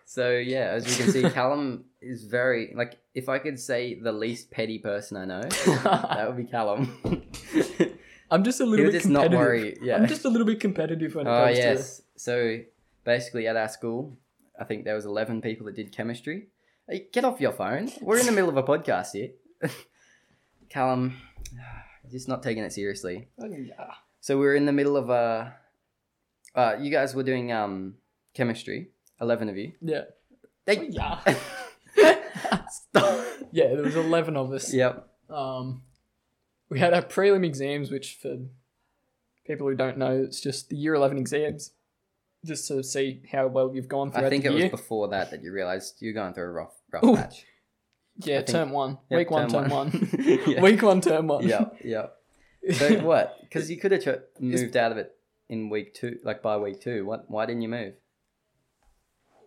Speaker 1: So yeah, as you can see, Callum is very like if I could say the least petty person I know, that would be Callum.
Speaker 2: I'm just a little
Speaker 1: He'll
Speaker 2: bit
Speaker 1: just not
Speaker 2: competitive.
Speaker 1: worry, yeah.
Speaker 2: I'm just a little bit competitive when it
Speaker 1: oh
Speaker 2: comes
Speaker 1: yes. So basically, at our school, I think there was eleven people that did chemistry. Hey, get off your phone. We're in the middle of a podcast here. Callum, just not taking it seriously.
Speaker 2: to.
Speaker 1: uh, So we were in the middle of a. Uh, you guys were doing um chemistry, Eleven of you.
Speaker 2: Yeah. Oh,
Speaker 1: They-
Speaker 2: Yeah.
Speaker 1: Stop.
Speaker 2: yeah, there was 11 of us.
Speaker 1: Yep.
Speaker 2: Um, we had our prelim exams, which for people who don't know, it's just the year 11 exams, just to see how well you've gone throughout
Speaker 1: I think
Speaker 2: the
Speaker 1: it was
Speaker 2: year.
Speaker 1: before that that you realized you're going through a rough, rough
Speaker 2: Ooh.
Speaker 1: patch.
Speaker 2: yeah,
Speaker 1: I think-
Speaker 2: term one.
Speaker 1: Yep,
Speaker 2: Week one, term one.
Speaker 1: yeah.
Speaker 2: Week one, term one.
Speaker 1: yeah. Yeah. So what? Because you could have cho- moved out of it in week two, like by week two. What? Why didn't you move?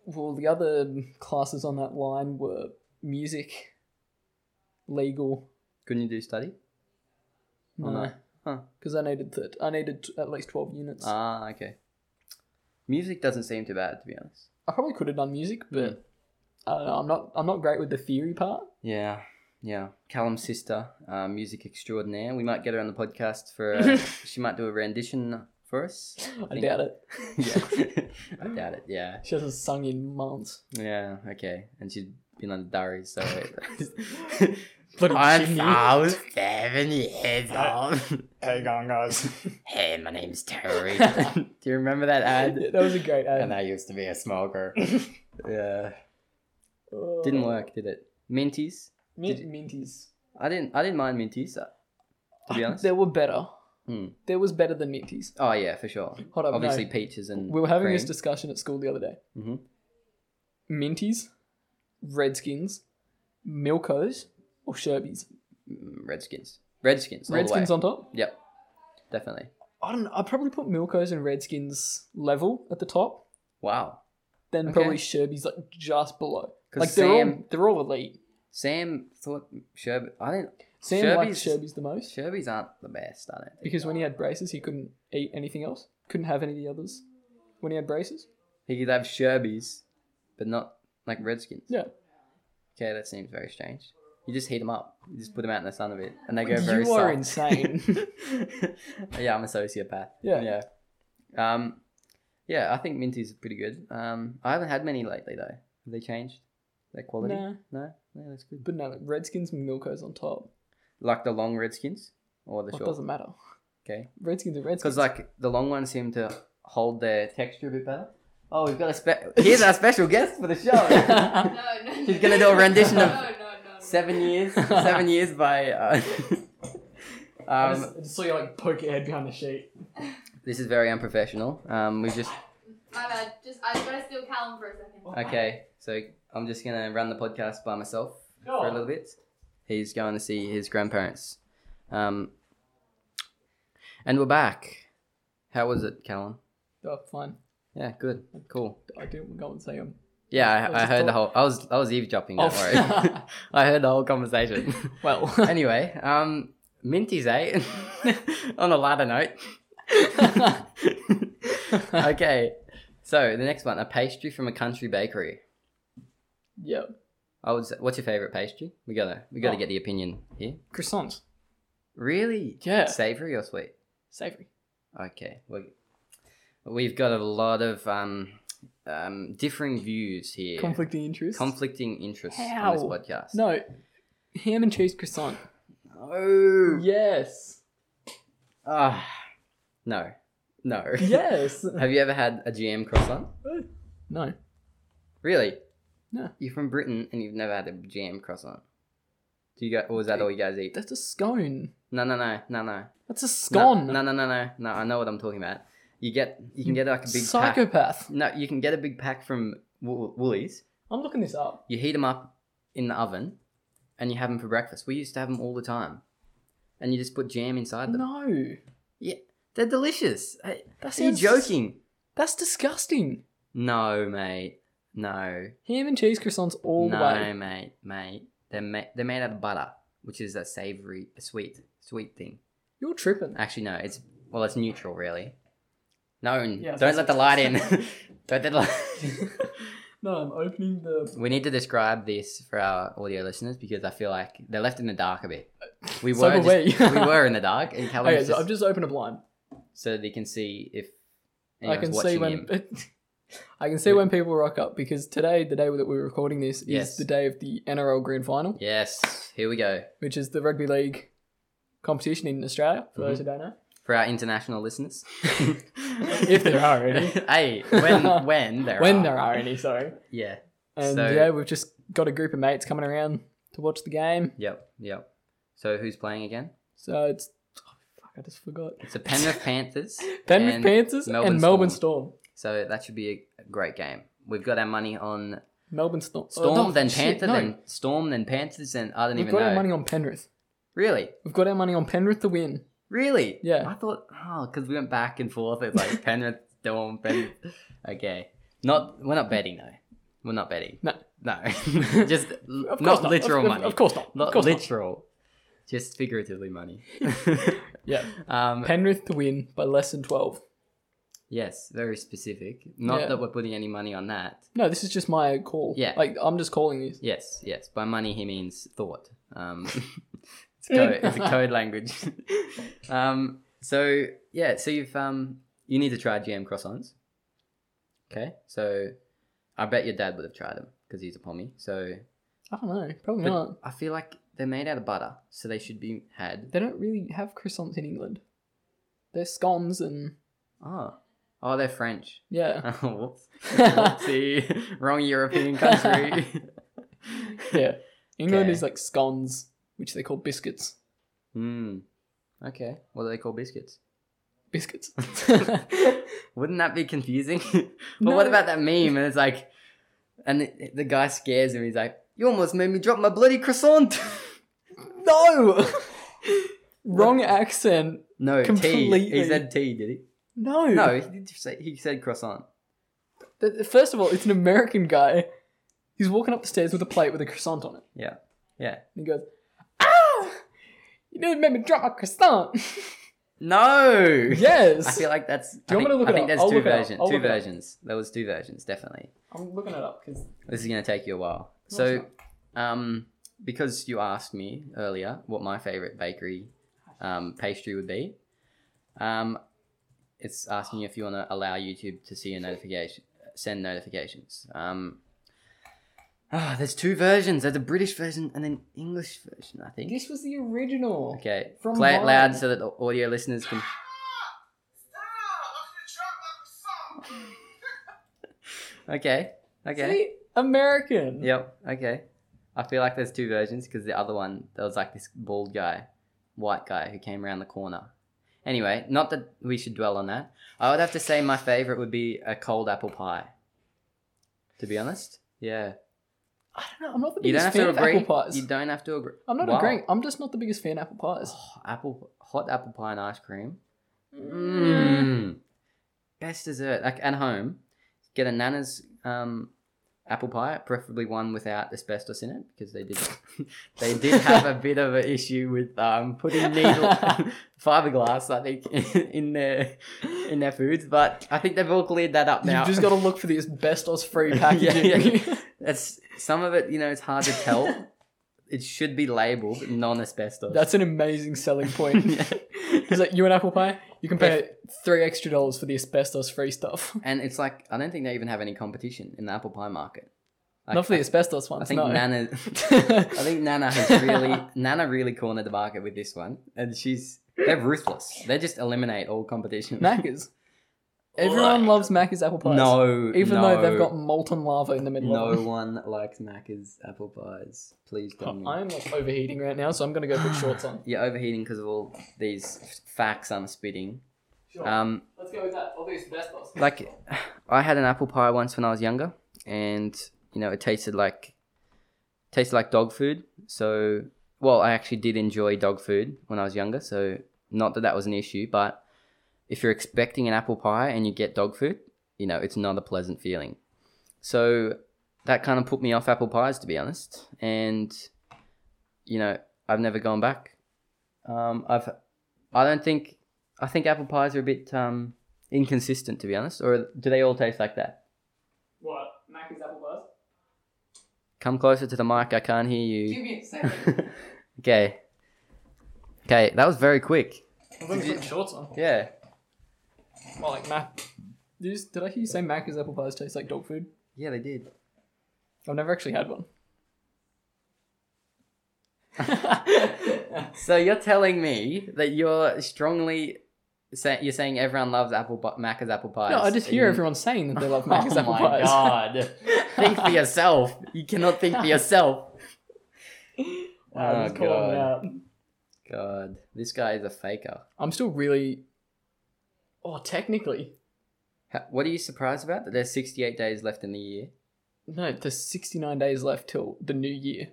Speaker 2: well, the other classes on that line were music, legal.
Speaker 1: Couldn't you do study? Oh, no.
Speaker 2: No,
Speaker 1: Huh.
Speaker 2: because I needed that. I needed t- at least 12 units.
Speaker 1: Ah, okay. Music doesn't seem too bad, to be honest.
Speaker 2: I probably could have done music, but
Speaker 1: Mm.
Speaker 2: I don't know. I'm not. I'm not great with the theory part.
Speaker 1: Yeah, yeah. Callum's sister, uh, music extraordinaire. We might get her on the podcast for. Uh, she might do a rendition for us.
Speaker 2: I
Speaker 1: think-
Speaker 2: doubt it.
Speaker 1: yeah, I doubt it. Yeah,
Speaker 2: She hasn't sung in months.
Speaker 1: yeah. Okay, and she's been on the diary, so.
Speaker 2: Bloody chimney.
Speaker 1: was seven years old.
Speaker 3: Hey, going guys.
Speaker 1: hey, my name's Terry. do you remember that ad?
Speaker 2: Yeah, that was a great ad.
Speaker 1: And I used to be a smoker. yeah.
Speaker 2: Oh.
Speaker 1: Didn't work, did it? Minties.
Speaker 2: Mint-
Speaker 1: Did-
Speaker 2: Minties.
Speaker 1: I didn't. I didn't mind minties. uh, To be honest.
Speaker 2: There were better.
Speaker 1: Hmm.
Speaker 2: There was better than Minties.
Speaker 1: Oh yeah, for sure.
Speaker 2: Hold up,
Speaker 1: Obviously
Speaker 2: no.
Speaker 1: peaches and
Speaker 2: We were having
Speaker 1: cream.
Speaker 2: this discussion at school the other day.
Speaker 1: Mhm.
Speaker 2: Minties, Redskins, Milkos, or Sherbies.
Speaker 1: Mm, Redskins. Redskins. all the
Speaker 2: Mm-hmm. Redskins
Speaker 1: way.
Speaker 2: on top.
Speaker 1: Yep. Definitely.
Speaker 2: I don't. know, I probably put Milkos and Redskins level at the top.
Speaker 1: Wow.
Speaker 2: Then
Speaker 1: Okay.
Speaker 2: probably Sherbies like just below.
Speaker 1: 'Cause
Speaker 2: Like they're all
Speaker 1: Sam-
Speaker 2: they're all elite.
Speaker 1: Sam thought Sherbet. I didn't.
Speaker 2: Sam likes
Speaker 1: Sherbies-
Speaker 2: Sherbies the most
Speaker 1: Sherbies aren't the best. I don't think.
Speaker 2: because when he had braces, he couldn't eat anything else. Couldn't have any of the others when he had braces.
Speaker 1: he could have Sherbies, but not like Redskins.
Speaker 2: Yeah.
Speaker 1: Okay, that seems very strange. You just heat them up. You just put them out in the sun a bit, and they go very
Speaker 2: you are
Speaker 1: soft.
Speaker 2: insane.
Speaker 1: yeah, I'm a sociopath.
Speaker 2: Yeah.
Speaker 1: Yeah. Um, yeah, I think Minty's pretty good. Um, I haven't had many lately though. Have they changed their quality?
Speaker 2: Nah.
Speaker 1: No, no, that's good.
Speaker 2: but no, like Redskins and Milkos on top.
Speaker 1: Like the long Redskins or the
Speaker 2: It
Speaker 1: short?
Speaker 2: doesn't matter.
Speaker 1: Okay,
Speaker 2: Redskins are Redskins.
Speaker 1: because like the long ones seem to hold their texture a bit better. Oh, we've got a spe- here's our special guest for the show.
Speaker 2: yeah,
Speaker 4: No, no.
Speaker 1: She's gonna do a rendition of
Speaker 4: no, no, no, no.
Speaker 1: seven years, seven years by. Uh,
Speaker 2: I
Speaker 1: um,
Speaker 2: just, I just saw you like poke your head behind the sheet.
Speaker 1: this is very unprofessional. Um, we've just
Speaker 4: My bad. Just I gotta steal Callum for a second.
Speaker 1: okay. So I'm just gonna run the podcast by myself. for a little bit. He's going to see his grandparents. Um, and we're back. How was it, Callan?
Speaker 2: Oh, fine.
Speaker 1: Yeah, good, cool.
Speaker 2: I didn't go and say them. I
Speaker 1: Yeah,
Speaker 2: was
Speaker 1: I, I
Speaker 2: just
Speaker 1: heard the
Speaker 2: talk-
Speaker 1: whole. I was I was eavesdropping. Don't
Speaker 2: Oh.
Speaker 1: worry. I heard the whole conversation.
Speaker 2: Well,
Speaker 1: anyway, um, Minty's eh? On a lighter note. okay, so the next one, a pastry from a country bakery.
Speaker 2: yeah,
Speaker 1: I would. Say, what's your favorite pastry? We gotta we gotta
Speaker 2: Oh.
Speaker 1: get the opinion here.
Speaker 2: croissants,
Speaker 1: Really?
Speaker 2: Yeah.
Speaker 1: Savory or sweet?
Speaker 2: savory.
Speaker 1: Okay. Well, we've got a lot of um, um, differing views here.
Speaker 2: Conflicting interests.
Speaker 1: Conflicting interests on this
Speaker 2: How?
Speaker 1: podcast.
Speaker 2: No, ham and cheese croissant.
Speaker 1: No.
Speaker 2: Yes.
Speaker 1: Ah. no. No.
Speaker 2: Yes.
Speaker 1: Have you ever had a GM croissant?
Speaker 2: no.
Speaker 1: Really?
Speaker 2: No.
Speaker 1: You're from Britain and you've never had a GM croissant. Do you guys, or is that all you guys eat?
Speaker 2: That's a scone.
Speaker 1: No, no, no, no, no.
Speaker 2: That's a
Speaker 1: No,
Speaker 2: scone.
Speaker 1: No, no, no, no, no. I know what I'm talking about. You get, you can get like a big pack.
Speaker 2: Psychopath.
Speaker 1: No, you can get a big pack from Wool- Woolies.
Speaker 2: I'm looking this up.
Speaker 1: you heat them up in the oven and you have them for breakfast. We used to have them all the time. And you just put jam inside them.
Speaker 2: No.
Speaker 1: Yeah, they're delicious. I-
Speaker 2: That
Speaker 1: Are you
Speaker 2: sounds,
Speaker 1: joking?
Speaker 2: That's disgusting.
Speaker 1: No, mate. No.
Speaker 2: Ham and cheese croissants all
Speaker 1: no,
Speaker 2: the way.
Speaker 1: mate, mate. They're, ma- they're made out of butter, which is a savory, a sweet, sweet thing.
Speaker 2: You're tripping.
Speaker 1: Actually, no, it's, well, it's neutral, really. No, n-
Speaker 2: Yeah,
Speaker 1: don't
Speaker 2: that's-
Speaker 1: let the light in. don't let the light
Speaker 2: No, I'm opening the.
Speaker 1: We need to describe this for our audio listeners because I feel like they're left in the dark a bit. We
Speaker 2: So
Speaker 1: were
Speaker 2: were
Speaker 1: just-
Speaker 2: we.
Speaker 1: we were in the dark, and Callum
Speaker 2: Okay,
Speaker 1: just,
Speaker 2: so I've just opened a blind.
Speaker 1: so they can see if
Speaker 2: I
Speaker 1: anyone's
Speaker 2: can
Speaker 1: watching
Speaker 2: see when.
Speaker 1: him.
Speaker 2: I can see when people rock up because today, the day that we're recording this, is
Speaker 1: Yes.
Speaker 2: the day of the NRL Grand Final,
Speaker 1: Yes, here we go. Mm-hmm.
Speaker 2: which is the rugby league competition in Australia. For those who don't know,
Speaker 1: for our international listeners.
Speaker 2: If there are any.
Speaker 1: hey, when when there
Speaker 2: when
Speaker 1: are.
Speaker 2: there are any, sorry.
Speaker 1: Yeah.
Speaker 2: And
Speaker 1: So-
Speaker 2: yeah, we've just got a group of mates coming around to watch the game.
Speaker 1: Yep. Yep. So who's playing again?
Speaker 2: So it's oh, fuck, I just forgot.
Speaker 1: It's the Penrith Panthers.
Speaker 2: Penrith
Speaker 1: and
Speaker 2: Panthers
Speaker 1: Melbourne
Speaker 2: and Melbourne Storm.
Speaker 1: So that should be a great game. We've got our money on
Speaker 2: Melbourne Storm. Oh,
Speaker 1: Storm,
Speaker 2: no,
Speaker 1: then
Speaker 2: shit,
Speaker 1: Panther,
Speaker 2: no.
Speaker 1: then Storm, then Panthers, then I don't
Speaker 2: We've
Speaker 1: even
Speaker 2: got
Speaker 1: know.
Speaker 2: our money on Penrith.
Speaker 1: Really?
Speaker 2: We've got our money on Penrith to win.
Speaker 1: Really?
Speaker 2: Yeah.
Speaker 1: I thought, oh, because we went back and forth. It's like Penrith, Storm, Penrith. Okay. Not, we're not betting, though. We're not betting.
Speaker 2: No.
Speaker 1: No. Just l-
Speaker 2: Of course
Speaker 1: not,
Speaker 2: Of-
Speaker 1: literal
Speaker 2: of,
Speaker 1: money.
Speaker 2: Of course not.
Speaker 1: Not
Speaker 2: of course not.
Speaker 1: literal. Just figuratively money.
Speaker 2: Yeah.
Speaker 1: um,
Speaker 2: Penrith to win by less than 12.
Speaker 1: yes, very specific. Not
Speaker 2: Yeah.
Speaker 1: that we're putting any money on that.
Speaker 2: No, this is just my call.
Speaker 1: Yeah.
Speaker 2: Like, I'm just calling these.
Speaker 1: Yes, yes. By money, he means thought. Um, it's, code, it's a code language. um, so yeah, so you've um, you need to try GM croissants. Okay, so I bet your dad would have tried them because he's a pommy. So
Speaker 2: I don't know. Probably
Speaker 1: But-
Speaker 2: not.
Speaker 1: I feel like they're made out of butter, so they should be had.
Speaker 2: They don't really have croissants in England. They're scones and.
Speaker 1: Oh, oh, they're French.
Speaker 2: Yeah.
Speaker 1: Oh, whoops. Whoopsie. wrong European country.
Speaker 2: yeah. England
Speaker 1: Okay.
Speaker 2: is like scones, which they call biscuits.
Speaker 1: Hmm. Okay. What do they call biscuits?
Speaker 2: Biscuits.
Speaker 1: Wouldn't that be confusing? but what
Speaker 2: No.
Speaker 1: about that meme? And it's like, and the, the guy scares him. He's like, "You almost made me drop my bloody croissant."
Speaker 2: no! Wrong accent.
Speaker 1: no, tea. He
Speaker 2: Completely.
Speaker 1: said tea, did he?
Speaker 2: No.
Speaker 1: No, he, did say, he said croissant.
Speaker 2: Th- th- First of all, it's an American guy. He's walking up the stairs with a plate with a croissant on it.
Speaker 1: Yeah, yeah.
Speaker 2: And he goes, Ah! You nearly made me drop my croissant.
Speaker 1: No.
Speaker 2: yes.
Speaker 1: I feel like that's.
Speaker 2: Do you
Speaker 1: I
Speaker 2: want me to
Speaker 1: think-
Speaker 2: look
Speaker 1: I
Speaker 2: it
Speaker 1: think
Speaker 2: up?
Speaker 1: there's
Speaker 2: I'll
Speaker 1: two
Speaker 2: look it up.
Speaker 1: versions.
Speaker 2: I'll
Speaker 1: Two
Speaker 2: look it up.
Speaker 1: versions. There was two versions, definitely.
Speaker 2: I'm looking it up because.
Speaker 1: This is gonna take you a while.
Speaker 2: No,
Speaker 1: so,
Speaker 2: it's
Speaker 1: um, because you asked me earlier what my favorite bakery um, pastry would be, um, it's asking you if you want to allow YouTube to see your notification, send notifications. Um, ah, there's two versions. There's a British version and an English version, I think.
Speaker 2: This was the original.
Speaker 1: Okay,
Speaker 2: From Ah,
Speaker 1: play it
Speaker 2: mine.
Speaker 1: loud so that the audio listeners can. Okay. Okay.
Speaker 2: See? American.
Speaker 1: Yep. Okay. I feel like there's two versions because the other one there was like this bald guy, white guy who came around the corner. Anyway, not that we should dwell on that. I would have to say my favorite would be a cold apple pie. To be honest, yeah.
Speaker 2: I don't know. I'm not the
Speaker 1: You don't
Speaker 2: biggest
Speaker 1: have
Speaker 2: fan
Speaker 1: to
Speaker 2: of
Speaker 1: agree.
Speaker 2: apple pies.
Speaker 1: You don't have to agree.
Speaker 2: I'm not
Speaker 1: Wow.
Speaker 2: agreeing. I'm just not the biggest fan of apple pies.
Speaker 1: Oh, apple hot apple pie and ice cream.
Speaker 2: Mm.
Speaker 1: Mm. Best dessert like at home. Get a nana's um, apple pie, preferably one without asbestos in it, because they did they did have a bit of an issue with um, putting needle fiberglass, I think, in their in their foods. But I think they've all cleared that up now.
Speaker 2: You've just got to look for the asbestos free
Speaker 1: Yeah,
Speaker 2: packaging.
Speaker 1: yeah. That's some of it. You know, it's hard to tell. it should be labeled non-asbestos.
Speaker 2: That's an amazing selling point. He's like, you an apple pie? You can pay three extra dollars for the asbestos free stuff.
Speaker 1: And it's like I don't think they even have any competition in the apple pie market. Like,
Speaker 2: Not for the
Speaker 1: I,
Speaker 2: asbestos
Speaker 1: I
Speaker 2: ones,
Speaker 1: think
Speaker 2: no.
Speaker 1: Nana. I think Nana has really Nana really cornered the market with this one, and she's they're ruthless. They just eliminate all competition.
Speaker 2: Macca's. Everyone loves Macca's apple pies.
Speaker 1: no,
Speaker 2: Even
Speaker 1: no,
Speaker 2: though they've got molten lava in the middle of
Speaker 1: no
Speaker 2: them.
Speaker 1: one likes Macca's apple pies. Please tell me.
Speaker 2: I'm like overheating right now, so I'm gonna go put shorts on.
Speaker 1: You're overheating because of all these f- facts I'm spitting.
Speaker 2: Sure.
Speaker 1: Um,
Speaker 2: Let's go with that. I'll do asbestos.
Speaker 1: like I had an apple pie once when I was younger, and you know it tasted like tasted like dog food. So, well, I actually did enjoy dog food when I was younger. So, not that that was an issue, but if you're expecting an apple pie and you get dog food, you know it's not a pleasant feeling. So that kind of put me off apple pies, to be honest. And you know I've never gone back. Um, I've I don't think I think apple pies are a bit um, inconsistent to be honest or do they all taste like that
Speaker 2: What? Macca's apple pies?
Speaker 1: come closer to the mic i can't hear you
Speaker 2: me a second.
Speaker 1: okay okay that was very quick
Speaker 2: I'm gonna put shorts on.
Speaker 1: yeah
Speaker 2: Well, like Mac. Did, you, did I hear you say Macca's apple pies taste like dog food?
Speaker 1: yeah they did
Speaker 2: I've never actually had one.
Speaker 1: so you're telling me that you're strongly say, you're saying everyone loves apple pi- Macca's apple pies.
Speaker 2: No, I just
Speaker 1: Are
Speaker 2: hear
Speaker 1: you-
Speaker 2: everyone saying that they love
Speaker 1: Oh
Speaker 2: Macca's apple
Speaker 1: my
Speaker 2: pies.
Speaker 1: god! think for yourself. You cannot think for yourself.
Speaker 2: I was
Speaker 1: Oh,
Speaker 2: calling them out.
Speaker 1: God, this guy is a faker.
Speaker 2: I'm still really. Oh, technically,
Speaker 1: Ha- What are you surprised about? That there's 68 days left in the year.
Speaker 2: no. There's 69 days left till the new year,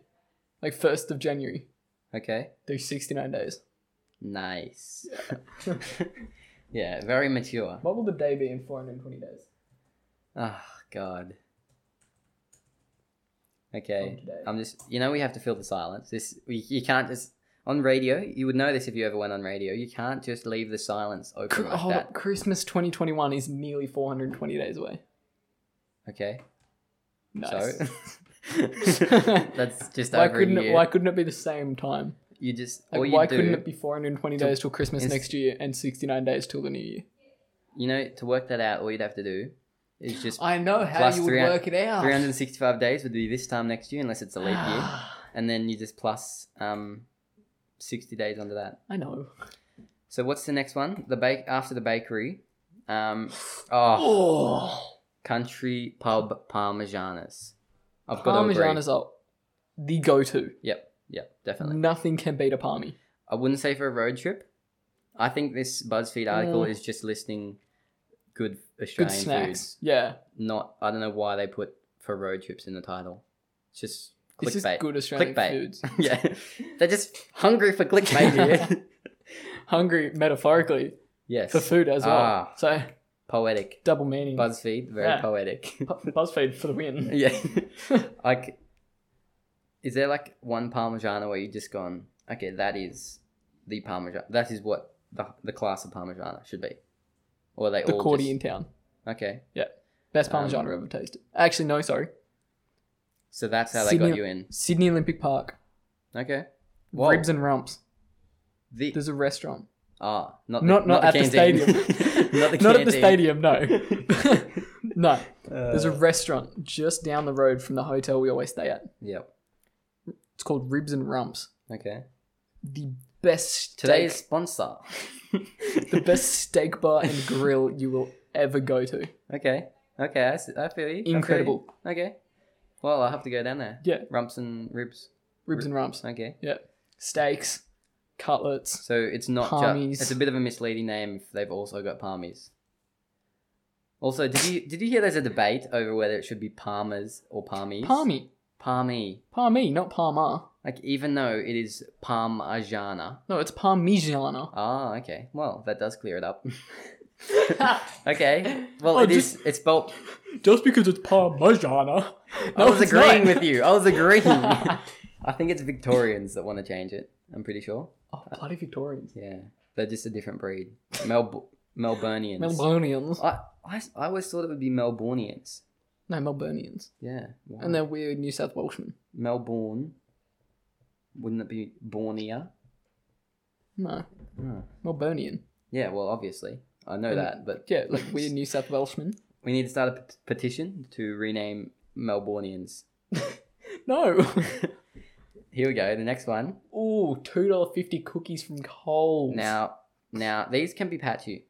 Speaker 2: like first of January.
Speaker 1: Okay,
Speaker 2: There's 69 days.
Speaker 1: nice. yeah, very mature.
Speaker 2: What will the day be in 420 days?
Speaker 1: Oh God.
Speaker 2: from
Speaker 1: Okay,
Speaker 2: today?
Speaker 1: I'm just. You know, we have to fill the silence. This you, you can't just on radio. You would know this if you ever went on radio. You can't just leave the silence
Speaker 2: Cr-
Speaker 1: open like
Speaker 2: oh,
Speaker 1: that.
Speaker 2: Christmas 2021 is nearly 420 days away.
Speaker 1: Okay,
Speaker 2: Nice.
Speaker 1: so that's just
Speaker 2: why
Speaker 1: over a
Speaker 2: couldn't
Speaker 1: year.
Speaker 2: it, why couldn't it be the same time?
Speaker 1: you just
Speaker 2: Like,
Speaker 1: all you
Speaker 2: why
Speaker 1: do.
Speaker 2: couldn't it be 420
Speaker 1: to-
Speaker 2: days till Christmas
Speaker 1: is-
Speaker 2: next year and 69 days till the new year?
Speaker 1: You know, to work that out, all you'd have to do is just
Speaker 2: I know
Speaker 1: how Plus you would 300 work
Speaker 2: it out.
Speaker 1: 365 days would be this time next year, unless it's a leap year, and then you just plus um, 60 days under that.
Speaker 2: I know.
Speaker 1: So what's the next one? The bake after the bakery. Um, oh,
Speaker 2: Oh,
Speaker 1: country pub parmesanas. I've got to agree.
Speaker 2: Parmesan is up. The go-to.
Speaker 1: Yep, yep, definitely.
Speaker 2: Nothing can beat a parmy.
Speaker 1: I wouldn't say for a road trip. I think this BuzzFeed article
Speaker 2: Mm.
Speaker 1: is just listing good
Speaker 2: Good
Speaker 1: Australian
Speaker 2: snacks.
Speaker 1: foods.
Speaker 2: Yeah,
Speaker 1: Not, I don't know why they put for road trips in the title. It's just
Speaker 2: this is
Speaker 1: clickbait.
Speaker 2: good Australian
Speaker 1: Clickbait.
Speaker 2: foods.
Speaker 1: yeah, they're just hungry for clickbait here.
Speaker 2: Hungry metaphorically
Speaker 1: yes,
Speaker 2: for food as well.
Speaker 1: Ah.
Speaker 2: So
Speaker 1: poetic.
Speaker 2: double meaning.
Speaker 1: BuzzFeed, very
Speaker 2: Yeah.
Speaker 1: poetic.
Speaker 2: Bu- Buzzfeed for the win.
Speaker 1: yeah, like, is there like one Parmigiana where you just gone? Okay, that is the Parmigiana. That is what the the class of Parmigiana should be. Or are they
Speaker 2: the
Speaker 1: all
Speaker 2: Cordy
Speaker 1: just-
Speaker 2: in town.
Speaker 1: okay,
Speaker 2: Best
Speaker 1: Um,
Speaker 2: Parmesan I've ever tasted. Actually, no, sorry.
Speaker 1: so that's how they
Speaker 2: Sydney-
Speaker 1: got you in.
Speaker 2: Sydney Olympic Park.
Speaker 1: Okay, Whoa.
Speaker 2: Ribs and rumps.
Speaker 1: the
Speaker 2: There's a restaurant.
Speaker 1: ah not the,
Speaker 2: Not not, at the,
Speaker 1: canteen.
Speaker 2: stadium.
Speaker 1: not the
Speaker 2: at the
Speaker 1: canteen.
Speaker 2: stadium. No, no. There's a
Speaker 1: Uh,
Speaker 2: restaurant just down the road from the hotel we always stay at.
Speaker 1: yep.
Speaker 2: It's called Ribs and Rumps.
Speaker 1: Okay.
Speaker 2: The best
Speaker 1: Today's
Speaker 2: steak,
Speaker 1: sponsor.
Speaker 2: the best steak bar and grill you will ever go to.
Speaker 1: Okay. Okay, I, s- I feel you. I feel you.
Speaker 2: Incredible.
Speaker 1: Okay. Well, I'll have to go down there.
Speaker 2: Yeah.
Speaker 1: Rumps and ribs.
Speaker 2: Ribs and Rumps.
Speaker 1: Okay.
Speaker 2: Steaks, cutlets.
Speaker 1: So it's not
Speaker 2: Palmies.
Speaker 1: just. It's a bit of a misleading name if they've also got palmies. Also, did you did you hear there's a debate over whether it should be palmers or palmies?
Speaker 2: Palmy.
Speaker 1: Palmy.
Speaker 2: Palmy, not Parma.
Speaker 1: Like, even though it is parmigiana.
Speaker 2: No, it's Parmigiana.
Speaker 1: Ah, okay. Well, that does clear it up. okay. Well,
Speaker 2: Oh,
Speaker 1: it is.
Speaker 2: just-
Speaker 1: It's spelled.
Speaker 2: Just because it's Parmigiana.
Speaker 1: I was agreeing with you. I was agreeing. I think it's Victorians that want to change it. I'm pretty sure.
Speaker 2: Oh, bloody Victorians.
Speaker 1: Yeah, they're just a different breed. Mel Melburnians.
Speaker 2: Melburnians.
Speaker 1: I, I I always thought it would be Melbournians.
Speaker 2: No, Melburnians.
Speaker 1: Yeah. why?
Speaker 2: And they're weird New South Welshmen.
Speaker 1: Melbourne. Wouldn't it be Bornea?
Speaker 2: No.
Speaker 1: Hmm.
Speaker 2: Melburnian.
Speaker 1: Yeah. Well, obviously I know
Speaker 2: And-
Speaker 1: that, but
Speaker 2: Yeah, like weird New South Welshmen.
Speaker 1: we need to start a p- petition to rename Melbournians.
Speaker 2: No.
Speaker 1: Here we go. The next one.
Speaker 2: Ooh, $2.50 cookies from Coles.
Speaker 1: Now, now these can be patchy.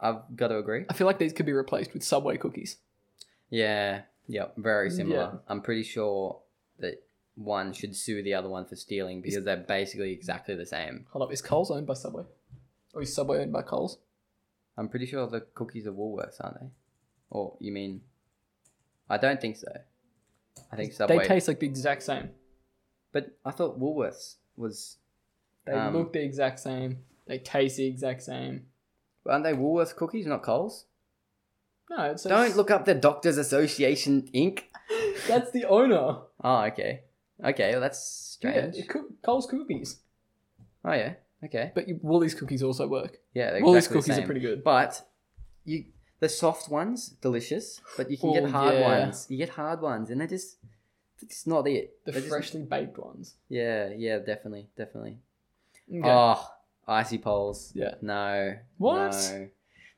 Speaker 1: I've got to agree.
Speaker 2: I feel like these could be replaced with Subway cookies.
Speaker 1: Yeah, yeah, very similar.
Speaker 2: Yeah.
Speaker 1: I'm pretty sure that one should sue the other one for stealing because they're basically exactly the same.
Speaker 2: Hold up, is Coles owned by Subway? Or is Subway owned by Coles?
Speaker 1: I'm pretty sure the cookies are Woolworths, aren't they? Or you mean? I don't think so. I think Subway.
Speaker 2: They taste like the exact same.
Speaker 1: but I thought Woolworths was.
Speaker 2: They
Speaker 1: Um,
Speaker 2: look the exact same. They taste the exact same.
Speaker 1: Aren't they Woolworths cookies, not Coles?
Speaker 2: No, it's
Speaker 1: Don't look up the Doctors Association Inc.
Speaker 2: That's the owner.
Speaker 1: Oh, okay, okay. Well, that's strange.
Speaker 2: Yeah, cook, Coles cookies.
Speaker 1: Oh yeah, okay.
Speaker 2: But you- Woolies cookies also work.
Speaker 1: Yeah, they're
Speaker 2: Woolies
Speaker 1: exactly the
Speaker 2: cookies
Speaker 1: same.
Speaker 2: are pretty good.
Speaker 1: But you the soft ones, delicious, but you can
Speaker 2: Oh,
Speaker 1: get hard
Speaker 2: yeah.
Speaker 1: ones. You get hard ones and they're just it's not it.
Speaker 2: The
Speaker 1: They're just-
Speaker 2: freshly baked ones.
Speaker 1: Yeah, yeah, definitely, definitely.
Speaker 2: Okay.
Speaker 1: Oh, icy poles.
Speaker 2: Yeah.
Speaker 1: No.
Speaker 2: What?
Speaker 1: No.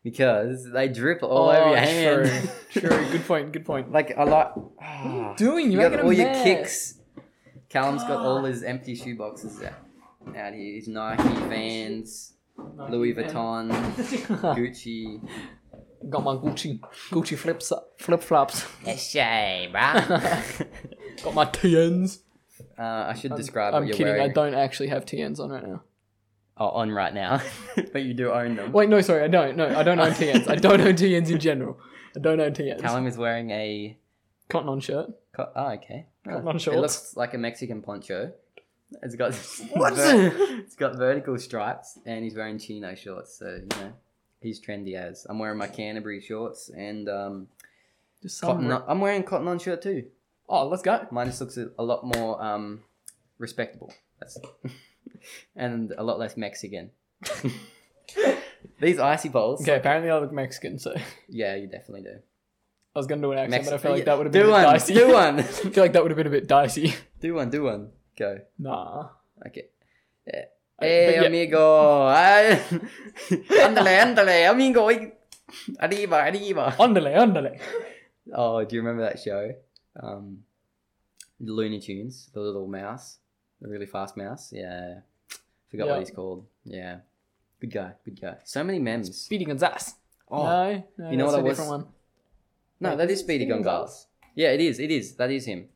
Speaker 1: Because they drip all over
Speaker 2: Oh,
Speaker 1: your hand.
Speaker 2: True. true. Good point. Good point.
Speaker 1: like I like
Speaker 2: What are
Speaker 1: ah.
Speaker 2: you doing?
Speaker 1: You
Speaker 2: You're
Speaker 1: got
Speaker 2: making a
Speaker 1: all your
Speaker 2: mess.
Speaker 1: kicks. Callum's got all
Speaker 2: God.
Speaker 1: his empty shoe boxes out, out here. His Nike fans. Louis Vuitton,
Speaker 2: Ah.
Speaker 1: Gucci.
Speaker 2: Got my Gucci, Gucci flips, flip flops.
Speaker 1: Shay,
Speaker 2: Got my TNs.
Speaker 1: Uh, I should describe
Speaker 2: I'm
Speaker 1: what you're
Speaker 2: kidding.
Speaker 1: wearing
Speaker 2: I don't actually have TNs on right now.
Speaker 1: Oh, on right now, but you do own them.
Speaker 2: Wait, no, sorry, I don't. No, I don't own TNs. I don't own TNs in general. I don't own TNs.
Speaker 1: Callum is wearing a.
Speaker 2: Cotton on shirt.
Speaker 1: Co- oh, okay. Oh,
Speaker 2: on
Speaker 1: It
Speaker 2: shorts.
Speaker 1: looks like a Mexican poncho. It's got
Speaker 2: What?
Speaker 1: it's got vertical stripes, and he's wearing chino shorts. So you know, he's trendy as. I'm wearing my Canterbury shorts and um,
Speaker 2: Just some-
Speaker 1: cotton. On, I'm wearing cotton on shirt too.
Speaker 2: Oh, let's go.
Speaker 1: Mine just looks a a lot more um, respectable. That's and a lot less Mexican. These icy bowls.
Speaker 2: Okay, apparently I look Mexican, so I
Speaker 1: Yeah, you definitely do.
Speaker 2: was gonna do an accent,
Speaker 1: Mex-
Speaker 2: but I feel like
Speaker 1: yeah,
Speaker 2: that would have been
Speaker 1: do
Speaker 2: a bit
Speaker 1: one,
Speaker 2: dicey.
Speaker 1: do one,
Speaker 2: I feel like that would have been a bit dicey.
Speaker 1: do one, do one. Go.
Speaker 2: Nah.
Speaker 1: Okay.
Speaker 2: I-
Speaker 1: Hey,
Speaker 2: Uh, but yeah,
Speaker 1: amigo. Ay, Ándale, ándale, amigo. Ay, Arriba, arriba.
Speaker 2: Underlay, underlay.
Speaker 1: Oh, do you remember that show? Um, Looney Tunes, the little mouse, the really fast mouse. Yeah. Forgot
Speaker 2: Yeah.
Speaker 1: what he's called. Yeah. Good guy, good guy. So many memes.
Speaker 2: Speedy Gonzales.
Speaker 1: Oh,
Speaker 2: No, no,
Speaker 1: you know
Speaker 2: that's
Speaker 1: what I
Speaker 2: a
Speaker 1: was-
Speaker 2: different one.
Speaker 1: no, that is Speedy Gonzales. Yeah, it is, it is. That is him.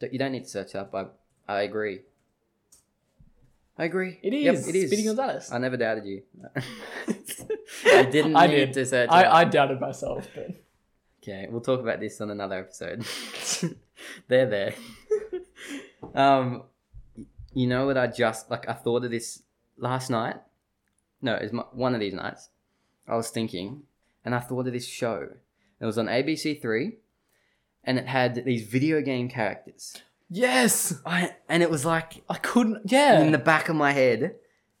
Speaker 1: Don't- You don't need to search up. I, I agree. I agree.
Speaker 2: It is.
Speaker 1: Yep, it is.
Speaker 2: Speedy Gonzales.
Speaker 1: I never doubted you. I didn't
Speaker 2: I
Speaker 1: need
Speaker 2: did.
Speaker 1: to search.
Speaker 2: I,
Speaker 1: it up.
Speaker 2: I doubted myself, but
Speaker 1: Okay, we'll talk about this on another episode. They're there. um, you know what? I just like I thought of this last night. No, it was my, one of these nights. I was thinking, and I thought of this show. It was on ABC Three, and it had these video game characters.
Speaker 2: yes,
Speaker 1: I and it was like
Speaker 2: I couldn't. Yeah,
Speaker 1: in the back of my head.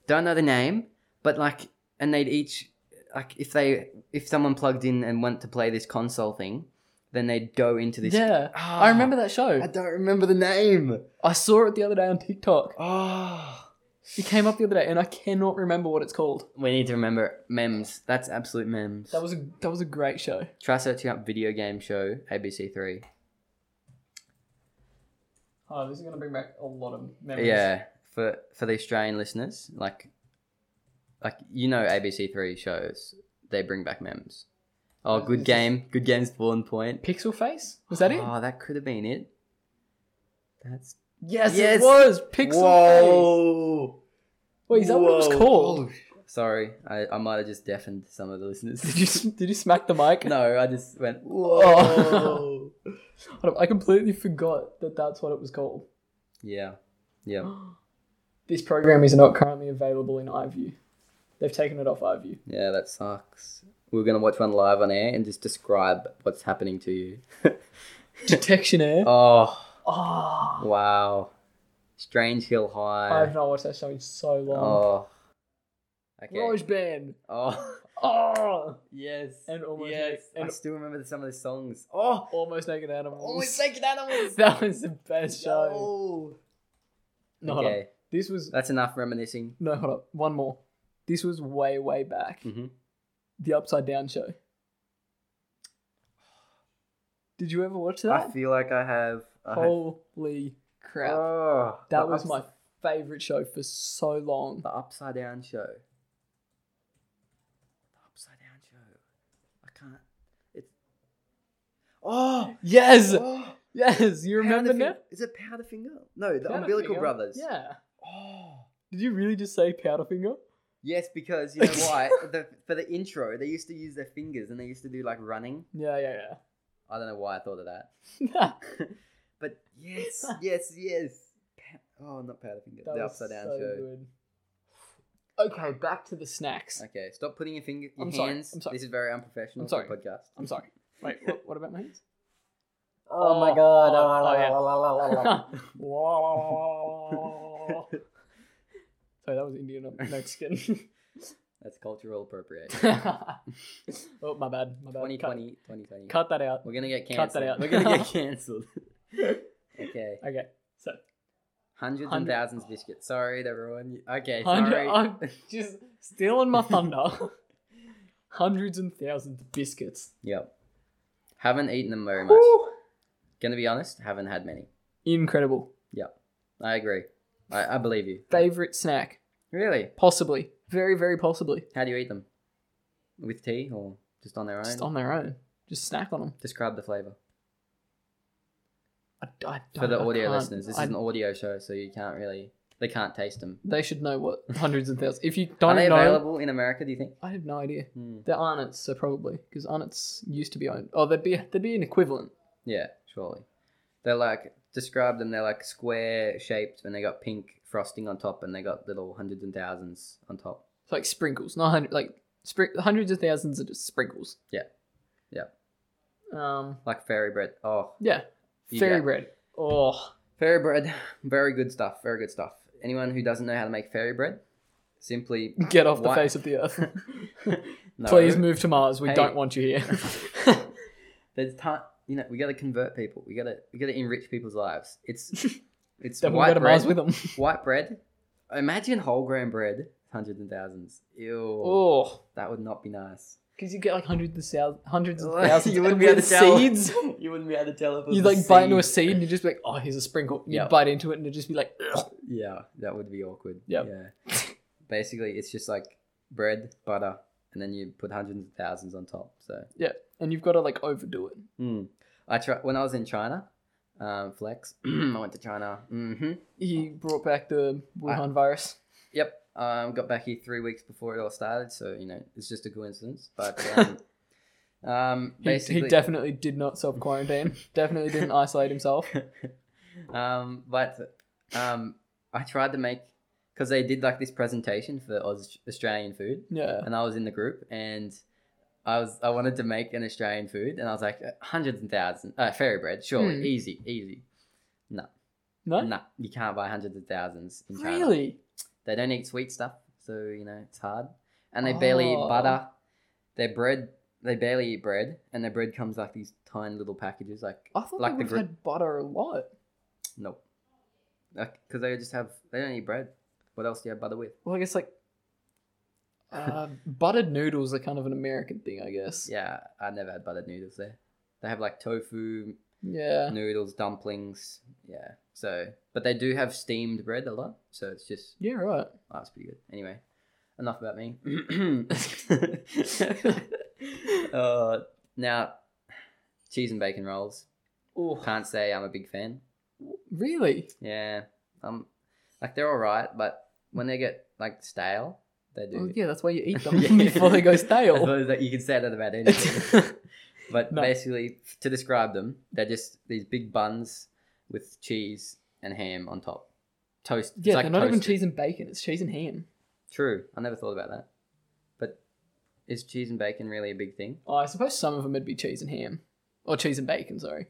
Speaker 1: Don't know the name, but like, and they'd each like if they if someone plugged in and went to play this console thing, then they'd go into this.
Speaker 2: yeah.
Speaker 1: Ah,
Speaker 2: I remember that show.
Speaker 1: I don't remember the name.
Speaker 2: I saw it the other day on TikTok.
Speaker 1: Oh.
Speaker 2: It came up the other day, and I cannot remember what it's called.
Speaker 1: We need to remember memes. That's absolute memes.
Speaker 2: That was a that was a great show.
Speaker 1: Try searching up video game show ABC Three.
Speaker 2: Oh, this is gonna bring back a lot of memories.
Speaker 1: Yeah, for for the Australian listeners, like, like you know ABC Three shows, they bring back memes. Oh,
Speaker 2: Is-
Speaker 1: good
Speaker 2: is this-
Speaker 1: game, good game's Spawn Point.
Speaker 2: Pixel Face was that it?
Speaker 1: Oh, that could have been it. That's
Speaker 2: Yes,
Speaker 1: Yes.
Speaker 2: it was Pixel Face.
Speaker 1: Whoa.
Speaker 2: Wait, is that what it was
Speaker 1: Whoa.
Speaker 2: called?
Speaker 1: Sorry, I, I might have just deafened some of the listeners.
Speaker 2: Did you s- did you smack the mic?
Speaker 1: No, I just went.
Speaker 2: Oh.
Speaker 1: Whoa.
Speaker 2: Hold up, I completely forgot that that's what it was called.
Speaker 1: yeah, yeah,
Speaker 2: This program is not currently available in iView. They've taken it off iView.
Speaker 1: yeah. That sucks. We're gonna watch one live on air and just describe what's happening to you.
Speaker 2: Detection Air.
Speaker 1: Oh
Speaker 2: Ah,
Speaker 1: wow, Strange Hill
Speaker 2: I have
Speaker 1: High.
Speaker 2: not watched that show in so long.
Speaker 1: Oh. Okay.
Speaker 2: Roj Band.
Speaker 1: Oh
Speaker 2: Oh,
Speaker 1: yes.
Speaker 2: And almost
Speaker 1: yes. I
Speaker 2: like- and-
Speaker 1: still remember some of the songs. Oh,
Speaker 2: almost naked animals.
Speaker 1: almost taking animals.
Speaker 2: that was the best show. No, hold up.
Speaker 1: Okay,
Speaker 2: This was
Speaker 1: that's enough reminiscing.
Speaker 2: no, hold up. One more. This was way, way back.
Speaker 1: Mm-hmm.
Speaker 2: The Upside Down Show. Did you ever watch
Speaker 1: I
Speaker 2: that?
Speaker 1: feel like I have. I have-
Speaker 2: Holy crap!
Speaker 1: Oh,
Speaker 2: that
Speaker 1: the ups-
Speaker 2: was my favorite show for so long.
Speaker 1: the upside down show. The upside down show. I can't. It's. Oh.
Speaker 2: Yes,
Speaker 1: oh
Speaker 2: yes. You remember now?
Speaker 1: Is it Powderfinger? No, the
Speaker 2: Powderfinger.
Speaker 1: Umbilical Brothers.
Speaker 2: Yeah.
Speaker 1: Oh.
Speaker 2: Did you really just say Powderfinger?
Speaker 1: Yes, because you know why? the, for the intro, they used to use their fingers and they used to do like running.
Speaker 2: Yeah, yeah,
Speaker 1: I don't know why I thought of that.
Speaker 2: yeah.
Speaker 1: but yes, yes, yes. Pa- oh, not Powderfinger.
Speaker 2: That
Speaker 1: the
Speaker 2: was
Speaker 1: upside down
Speaker 2: so
Speaker 1: show.
Speaker 2: good. Okay, back to the snacks.
Speaker 1: Okay, stop putting your finger, your
Speaker 2: I'm sorry,
Speaker 1: hands.
Speaker 2: I'm sorry.
Speaker 1: This is very unprofessional.
Speaker 2: I'm sorry.
Speaker 1: for a podcast.
Speaker 2: I'm sorry. Wait, what, what about my hands?
Speaker 1: Oh,
Speaker 2: my God. Oh,
Speaker 1: yeah.
Speaker 2: Sorry, that was Indian not Mexican.
Speaker 1: That's cultural appropriate.
Speaker 2: oh, my bad. My bad.
Speaker 1: 2020,
Speaker 2: Cut,
Speaker 1: 2020.
Speaker 2: cut that out.
Speaker 1: We're gonna get
Speaker 2: Cut
Speaker 1: cancelled.
Speaker 2: that out.
Speaker 1: We're gonna get cancelled. okay,
Speaker 2: Okay, so
Speaker 1: hundreds and
Speaker 2: Hundred-
Speaker 1: thousands of biscuits. Sorry, everyone. Okay,
Speaker 2: hundred,
Speaker 1: sorry.
Speaker 2: I'm just stealing my thunder. Hundreds and thousands of biscuits.
Speaker 1: Yep. Haven't eaten them very much.
Speaker 2: Woo.
Speaker 1: Gonna be honest, haven't had many.
Speaker 2: Incredible.
Speaker 1: I agree. I, I believe you.
Speaker 2: Favorite snack,
Speaker 1: Really?
Speaker 2: possibly. Very, very possibly.
Speaker 1: How do you eat them? With tea or just on their own?
Speaker 2: Just on their own. Just snack on them.
Speaker 1: Describe the flavor
Speaker 2: I, I
Speaker 1: for the
Speaker 2: don't- I
Speaker 1: audio
Speaker 2: can't-
Speaker 1: listeners. This
Speaker 2: I-
Speaker 1: is an audio show, so you can't really they can't taste them.
Speaker 2: They should know what hundreds and thousands. If you don't
Speaker 1: Are they
Speaker 2: know,
Speaker 1: available in America? Do you think?
Speaker 2: I have no idea.
Speaker 1: Hmm.
Speaker 2: They're Arnott's, so probably because Arnott's used to be owned. Oh, there'd be there'd be an equivalent.
Speaker 1: Yeah, surely. They're like describe them. They're like square shaped, and they got pink frosting on top, and they got little hundreds and thousands on top.
Speaker 2: It's like sprinkles, not hundred like spr- hundreds of thousands are just sprinkles.
Speaker 1: Yeah. Yeah.
Speaker 2: Um.
Speaker 1: Like fairy bread. Oh,
Speaker 2: Yeah.
Speaker 1: You
Speaker 2: Fairy
Speaker 1: get-
Speaker 2: bread. Oh,
Speaker 1: fairy bread. Very good stuff. Very good stuff. Anyone who doesn't know how to make fairy bread, simply
Speaker 2: get off
Speaker 1: Why-
Speaker 2: the face of the earth.
Speaker 1: no.
Speaker 2: Please move to Mars. We
Speaker 1: Hey.
Speaker 2: don't want you here.
Speaker 1: There's time. You know, we gotta convert people. We gotta we gotta enrich people's lives. It's it's
Speaker 2: then we'll
Speaker 1: white
Speaker 2: go to
Speaker 1: bread.
Speaker 2: Mars with them.
Speaker 1: white bread. Imagine whole grain bread, hundreds and thousands. Ew,
Speaker 2: Oh.
Speaker 1: that would not be nice.
Speaker 2: Because you get like hundreds of thou- hundreds of
Speaker 1: Well,
Speaker 2: thousands
Speaker 1: you wouldn't
Speaker 2: of
Speaker 1: be able to tell.
Speaker 2: seeds.
Speaker 1: You wouldn't be able to tell if it
Speaker 2: You like bite into a seed and you just be like, oh, here's a sprinkle. You
Speaker 1: Yeah.
Speaker 2: bite into it and it just be like, "Ugh."
Speaker 1: Yeah, that would be awkward.
Speaker 2: Yep.
Speaker 1: Yeah. Basically, it's just like bread, butter, and then you put hundreds of thousands on top. So
Speaker 2: and you've got to like overdo it.
Speaker 1: mm. I try when I was in China. Um, flex. I went to China. hmm
Speaker 2: He brought back the Wuhan virus.
Speaker 1: Yep. Um, got back here three weeks before it all started, so you know it's just a coincidence. But um, um,
Speaker 2: He,
Speaker 1: basically,
Speaker 2: he definitely did not self quarantine. definitely didn't isolate himself.
Speaker 1: um, but um, I tried to make because they did like this presentation for Aus- Australian food,
Speaker 2: Yeah.
Speaker 1: and I was in the group, and I was I wanted to make an Australian food, and I was like "Uh, hundreds and thousands uh, fairy bread, surely
Speaker 2: Hmm.
Speaker 1: easy, easy.
Speaker 2: No.
Speaker 1: Nah, you can't buy hundreds of thousands. In China.
Speaker 2: Really?
Speaker 1: They don't eat sweet stuff, so you know it's hard. And they barely eat
Speaker 2: Oh.
Speaker 1: butter. Their bread, they barely eat bread, and their bread comes like these tiny little packages, like
Speaker 2: I thought
Speaker 1: Like
Speaker 2: they
Speaker 1: the
Speaker 2: would have
Speaker 1: gri-
Speaker 2: had butter a lot.
Speaker 1: nope, like because they just have they don't eat bread. What else do you have butter with?
Speaker 2: Well, I guess like uh, buttered noodles are kind of an American thing, I guess.
Speaker 1: Yeah, I never had buttered noodles there. They have like tofu
Speaker 2: Yeah.
Speaker 1: noodles, dumplings. Yeah, so but they do have steamed bread a lot, so it's just
Speaker 2: Yeah. Right.
Speaker 1: Oh, that's pretty good. Anyway, enough about me. uh, now, cheese and bacon rolls.
Speaker 2: Oh.
Speaker 1: Can't say I'm a big fan.
Speaker 2: Really?
Speaker 1: Yeah, um, like they're all right, but when they get like stale, they do.
Speaker 2: Well, yeah. That's why you eat them
Speaker 1: Yeah.
Speaker 2: before they go
Speaker 1: I
Speaker 2: stale.
Speaker 1: suppose that you can say that about anything. but
Speaker 2: No.
Speaker 1: basically, to describe them, they're just these big buns with cheese and ham on top. Toast. it's
Speaker 2: Yeah,
Speaker 1: like
Speaker 2: they're not even
Speaker 1: toasted.
Speaker 2: cheese and bacon. It's cheese and ham.
Speaker 1: True. I never thought about that. But is cheese and bacon really a big thing?
Speaker 2: Oh, I suppose some of them would be cheese and ham, or cheese and bacon. Sorry,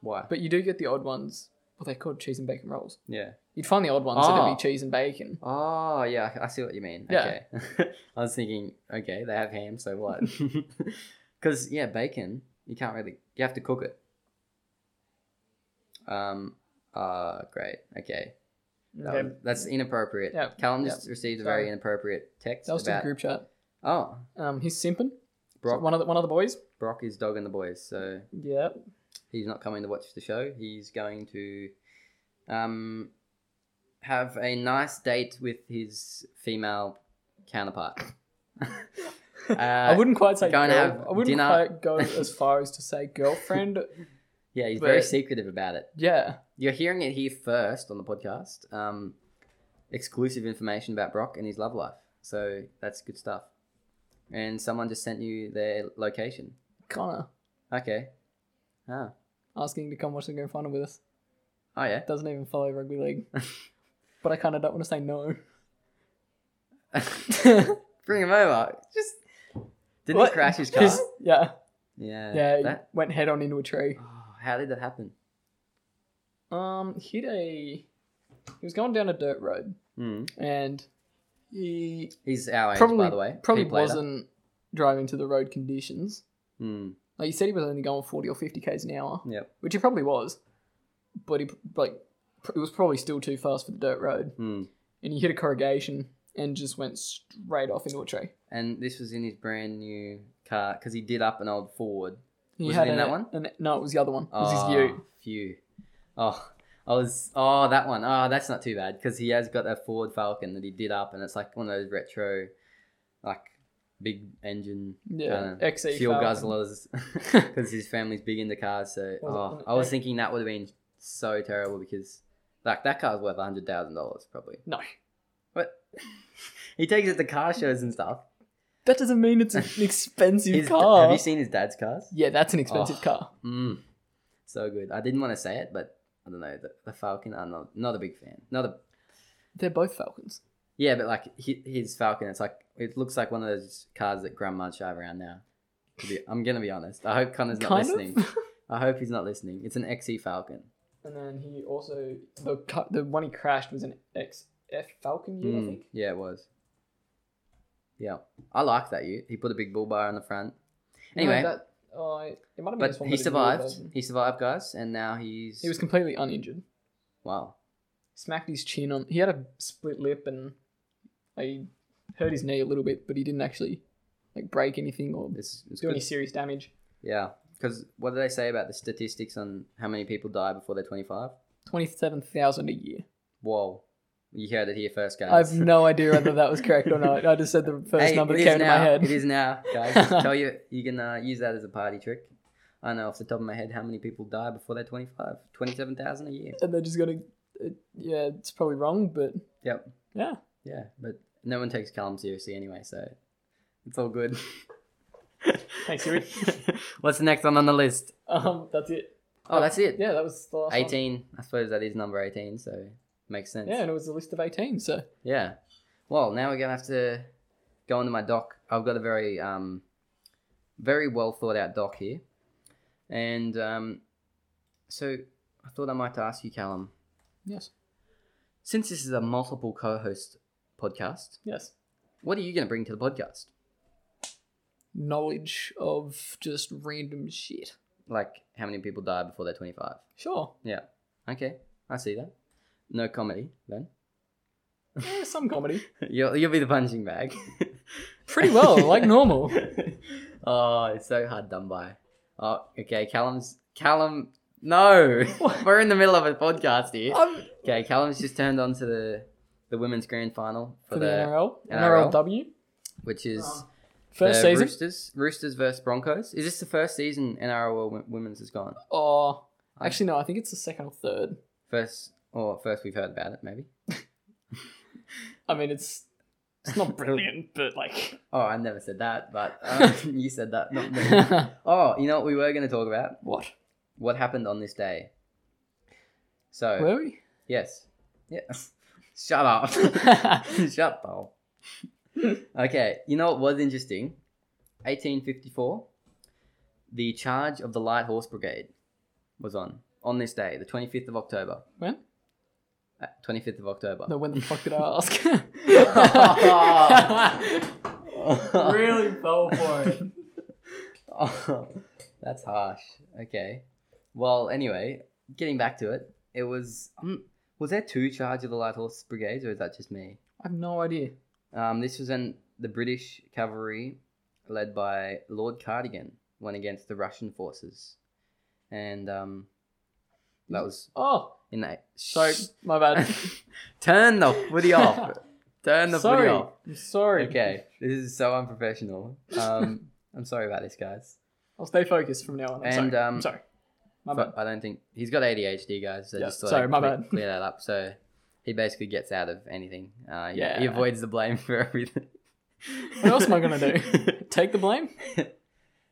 Speaker 1: Why?
Speaker 2: but you do get the odd ones. Well, they're called cheese and bacon rolls.
Speaker 1: Yeah.
Speaker 2: You'd find the odd ones that'd
Speaker 1: Ah.
Speaker 2: be cheese and bacon.
Speaker 1: Oh, yeah. I- I see what you mean.
Speaker 2: Yeah.
Speaker 1: Okay. I was thinking, okay, they have ham, so what? Because yeah, bacon you can't really you have to cook it. Um. Ah, great. Okay. That
Speaker 2: Okay.
Speaker 1: was- that's inappropriate.
Speaker 2: Yep,
Speaker 1: Callum just received a very
Speaker 2: Sorry.
Speaker 1: inappropriate text
Speaker 2: That was to the
Speaker 1: about.
Speaker 2: group chat.
Speaker 1: Oh,
Speaker 2: Um, he's simping.
Speaker 1: Brock.
Speaker 2: One of the one of the boys.
Speaker 1: Brock is dogging the boys, so
Speaker 2: Yeah.
Speaker 1: he's not coming to watch the show. He's going to um, have a nice date with his female counterpart.
Speaker 2: I
Speaker 1: uh,
Speaker 2: wouldn't quite say
Speaker 1: go
Speaker 2: girl.
Speaker 1: and have
Speaker 2: I wouldn't
Speaker 1: dinner.
Speaker 2: quite go as far as to say girlfriend.
Speaker 1: yeah, he's very
Speaker 2: but-
Speaker 1: secretive about it.
Speaker 2: yeah.
Speaker 1: You're hearing it here first on the podcast. Um, exclusive information about Brock and his love life. So that's good stuff. And someone just sent you their location.
Speaker 2: Connor
Speaker 1: Okay. Oh,
Speaker 2: asking to come watch the grand final with us.
Speaker 1: oh yeah.
Speaker 2: Doesn't even follow rugby league. but I kind of don't want to say no.
Speaker 1: Bring him over. Just didn't
Speaker 2: What?
Speaker 1: he crash his car?
Speaker 2: Just- yeah.
Speaker 1: Yeah.
Speaker 2: Yeah.
Speaker 1: that-
Speaker 2: Went head on into a tree.
Speaker 1: Oh, how did that happen?
Speaker 2: Um, hit a. He was going down a dirt road
Speaker 1: Mm.
Speaker 2: and he
Speaker 1: He's our age,
Speaker 2: probably
Speaker 1: by the way.
Speaker 2: probably
Speaker 1: Peep later.
Speaker 2: wasn't driving to the road conditions.
Speaker 1: Mm.
Speaker 2: Like you said, he was only going forty or fifty k's an hour.
Speaker 1: Yep.
Speaker 2: which he probably was, but he like pr- it was probably still too fast for the dirt road,
Speaker 1: Mm.
Speaker 2: and he hit a corrugation and just went straight off into a tree.
Speaker 1: And this was in his brand new car because he did up an old Ford.
Speaker 2: He
Speaker 1: Was it in
Speaker 2: a-
Speaker 1: that one?
Speaker 2: an- no, it was the other one. It was his
Speaker 1: Ah,
Speaker 2: Ute.
Speaker 1: Phew. Oh, I was oh that one oh that's not too bad because he has got that Ford Falcon that he did up and it's like one of those retro, like big engine
Speaker 2: Yeah, E
Speaker 1: Kinda
Speaker 2: XE
Speaker 1: fuel
Speaker 2: Falcon.
Speaker 1: guzzlers because his family's big into cars. So
Speaker 2: Well,
Speaker 1: oh, I was
Speaker 2: eh.
Speaker 1: thinking that would have been so terrible because like that car's worth a hundred thousand dollars probably.
Speaker 2: No,
Speaker 1: But he takes it to car shows and stuff.
Speaker 2: that doesn't mean it's an expensive
Speaker 1: His-
Speaker 2: car.
Speaker 1: Have you seen his dad's cars?
Speaker 2: Yeah, that's an expensive
Speaker 1: Oh.
Speaker 2: car.
Speaker 1: Mm, so good. I didn't want to say it, but I don't know. The, the Falcon, I'm not, not a big fan. Not a
Speaker 2: They're both Falcons.
Speaker 1: yeah, but like hi- his Falcon, it's like it looks like one of those cars that grandmas drive around now. To be- I'm gonna be honest. I hope Connor's not
Speaker 2: Kind of.
Speaker 1: listening. I hope he's not listening. It's an XE Falcon.
Speaker 2: And then he also the cu- the one he crashed was an XF Falcon. Year, I
Speaker 1: Mm,
Speaker 2: think.
Speaker 1: Yeah, it was. Yeah, I like that. You he put a big bull bar on the front.
Speaker 2: No,
Speaker 1: Anyway,
Speaker 2: that, uh, it might have been
Speaker 1: but
Speaker 2: this one,
Speaker 1: he
Speaker 2: but it's the newer
Speaker 1: survived.
Speaker 2: version.
Speaker 1: He survived, guys, and now he's
Speaker 2: He was completely uninjured.
Speaker 1: wow.
Speaker 2: Smacked his chin on. He had a split lip and I hurt his knee a little bit, but he didn't actually like break anything or
Speaker 1: It's, it's
Speaker 2: do
Speaker 1: good.
Speaker 2: any serious damage.
Speaker 1: Yeah, because what do they say about the statistics on how many people die before they're 25?
Speaker 2: Twenty-seven thousand a year.
Speaker 1: Whoa, you heard it here first, guys.
Speaker 2: I have no idea whether that was correct or not. I just said the first
Speaker 1: Hey,
Speaker 2: number
Speaker 1: it
Speaker 2: that
Speaker 1: is
Speaker 2: came to
Speaker 1: now.
Speaker 2: my head.
Speaker 1: It is now, guys. Tell you, you can uh, use that as a party trick. I know off the top of my head how many people die before they're 25. 27,000 a year.
Speaker 2: And they're just gonna, uh, yeah, it's probably wrong, but
Speaker 1: Yep.
Speaker 2: yeah,
Speaker 1: Yeah, but no one takes Callum seriously anyway, so it's all good.
Speaker 2: thanks, Yuri.
Speaker 1: What's the next one on the list?
Speaker 2: um, that's it.
Speaker 1: Oh, that's it.
Speaker 2: Yeah, that was the last one.
Speaker 1: 18. I suppose that is number 18, so makes sense.
Speaker 2: Yeah, and it was a list of eighteen. So
Speaker 1: Yeah. Well, now we're gonna have to go into my doc. I've got a very um, very well thought out doc here, and um, so I thought I might ask you, Callum,
Speaker 2: yes,
Speaker 1: since this is a multiple co-host podcast,
Speaker 2: yes,
Speaker 1: what are you gonna bring to the podcast?
Speaker 2: knowledge of just random shit.
Speaker 1: Like, how many people die before they're twenty-five?
Speaker 2: Sure,
Speaker 1: Yeah. Okay, I see that. No comedy then.
Speaker 2: yeah, some comedy,
Speaker 1: You'll you'll be the punching bag.
Speaker 2: pretty well, like normal.
Speaker 1: oh, it's so hard done by. Oh, okay, Callum's Callum. No,
Speaker 2: What?
Speaker 1: we're in the middle of a podcast here.
Speaker 2: Um,
Speaker 1: Okay, Callum's just turned on to the the women's grand final for,
Speaker 2: for the
Speaker 1: the,
Speaker 2: NRL,
Speaker 1: NRL.
Speaker 2: NRLW,
Speaker 1: which is
Speaker 2: Oh. first
Speaker 1: the
Speaker 2: season.
Speaker 1: Roosters Roosters versus Broncos. Is this the first season NRL wo- women's has gone?
Speaker 2: Oh, actually no, I think it's the second or third.
Speaker 1: First or first we've heard about it maybe.
Speaker 2: I mean, it's it's not brilliant, but like,
Speaker 1: Oh, I never said that, but um, you said that. Not me. Oh, you know what we were going to talk about?
Speaker 2: what?
Speaker 1: What happened on this day? So
Speaker 2: Were we?
Speaker 1: Yes. Yeah. Shut up. Shut up. okay, you know what was interesting? 1854, the charge of the Light Horse Brigade was on on this day, the 25th of October.
Speaker 2: When?
Speaker 1: Uh, 25th of October.
Speaker 2: No, when the fuck did I ask?
Speaker 1: ask? really?
Speaker 2: fell for it.
Speaker 1: that's harsh. Okay. Well, anyway, getting back to it, it was. Um, was there two charge of the Light Horse Brigades, or is that just me?
Speaker 2: I have no idea.
Speaker 1: Um, this was when the British cavalry, led by Lord Cardigan, went against the Russian forces, and um, that was
Speaker 2: Oh,
Speaker 1: in the.
Speaker 2: sorry, my bad.
Speaker 1: Turn the footy off. Turn the
Speaker 2: sorry,
Speaker 1: footy off.
Speaker 2: I'm sorry.
Speaker 1: Okay, this is so unprofessional. Um, I'm sorry about this, guys.
Speaker 2: I'll stay focused from now on. I'm
Speaker 1: And,
Speaker 2: sorry.
Speaker 1: um,
Speaker 2: I'm sorry. My
Speaker 1: But
Speaker 2: bad.
Speaker 1: I don't think he's got ADHD, guys. So
Speaker 2: Yeah,
Speaker 1: just thought
Speaker 2: sorry,
Speaker 1: I'd
Speaker 2: my
Speaker 1: cle-
Speaker 2: bad.
Speaker 1: Clear that up. So he basically gets out of anything. Uh, he-
Speaker 2: Yeah.
Speaker 1: he avoids the blame for everything.
Speaker 2: What else am I gonna do? Take the blame.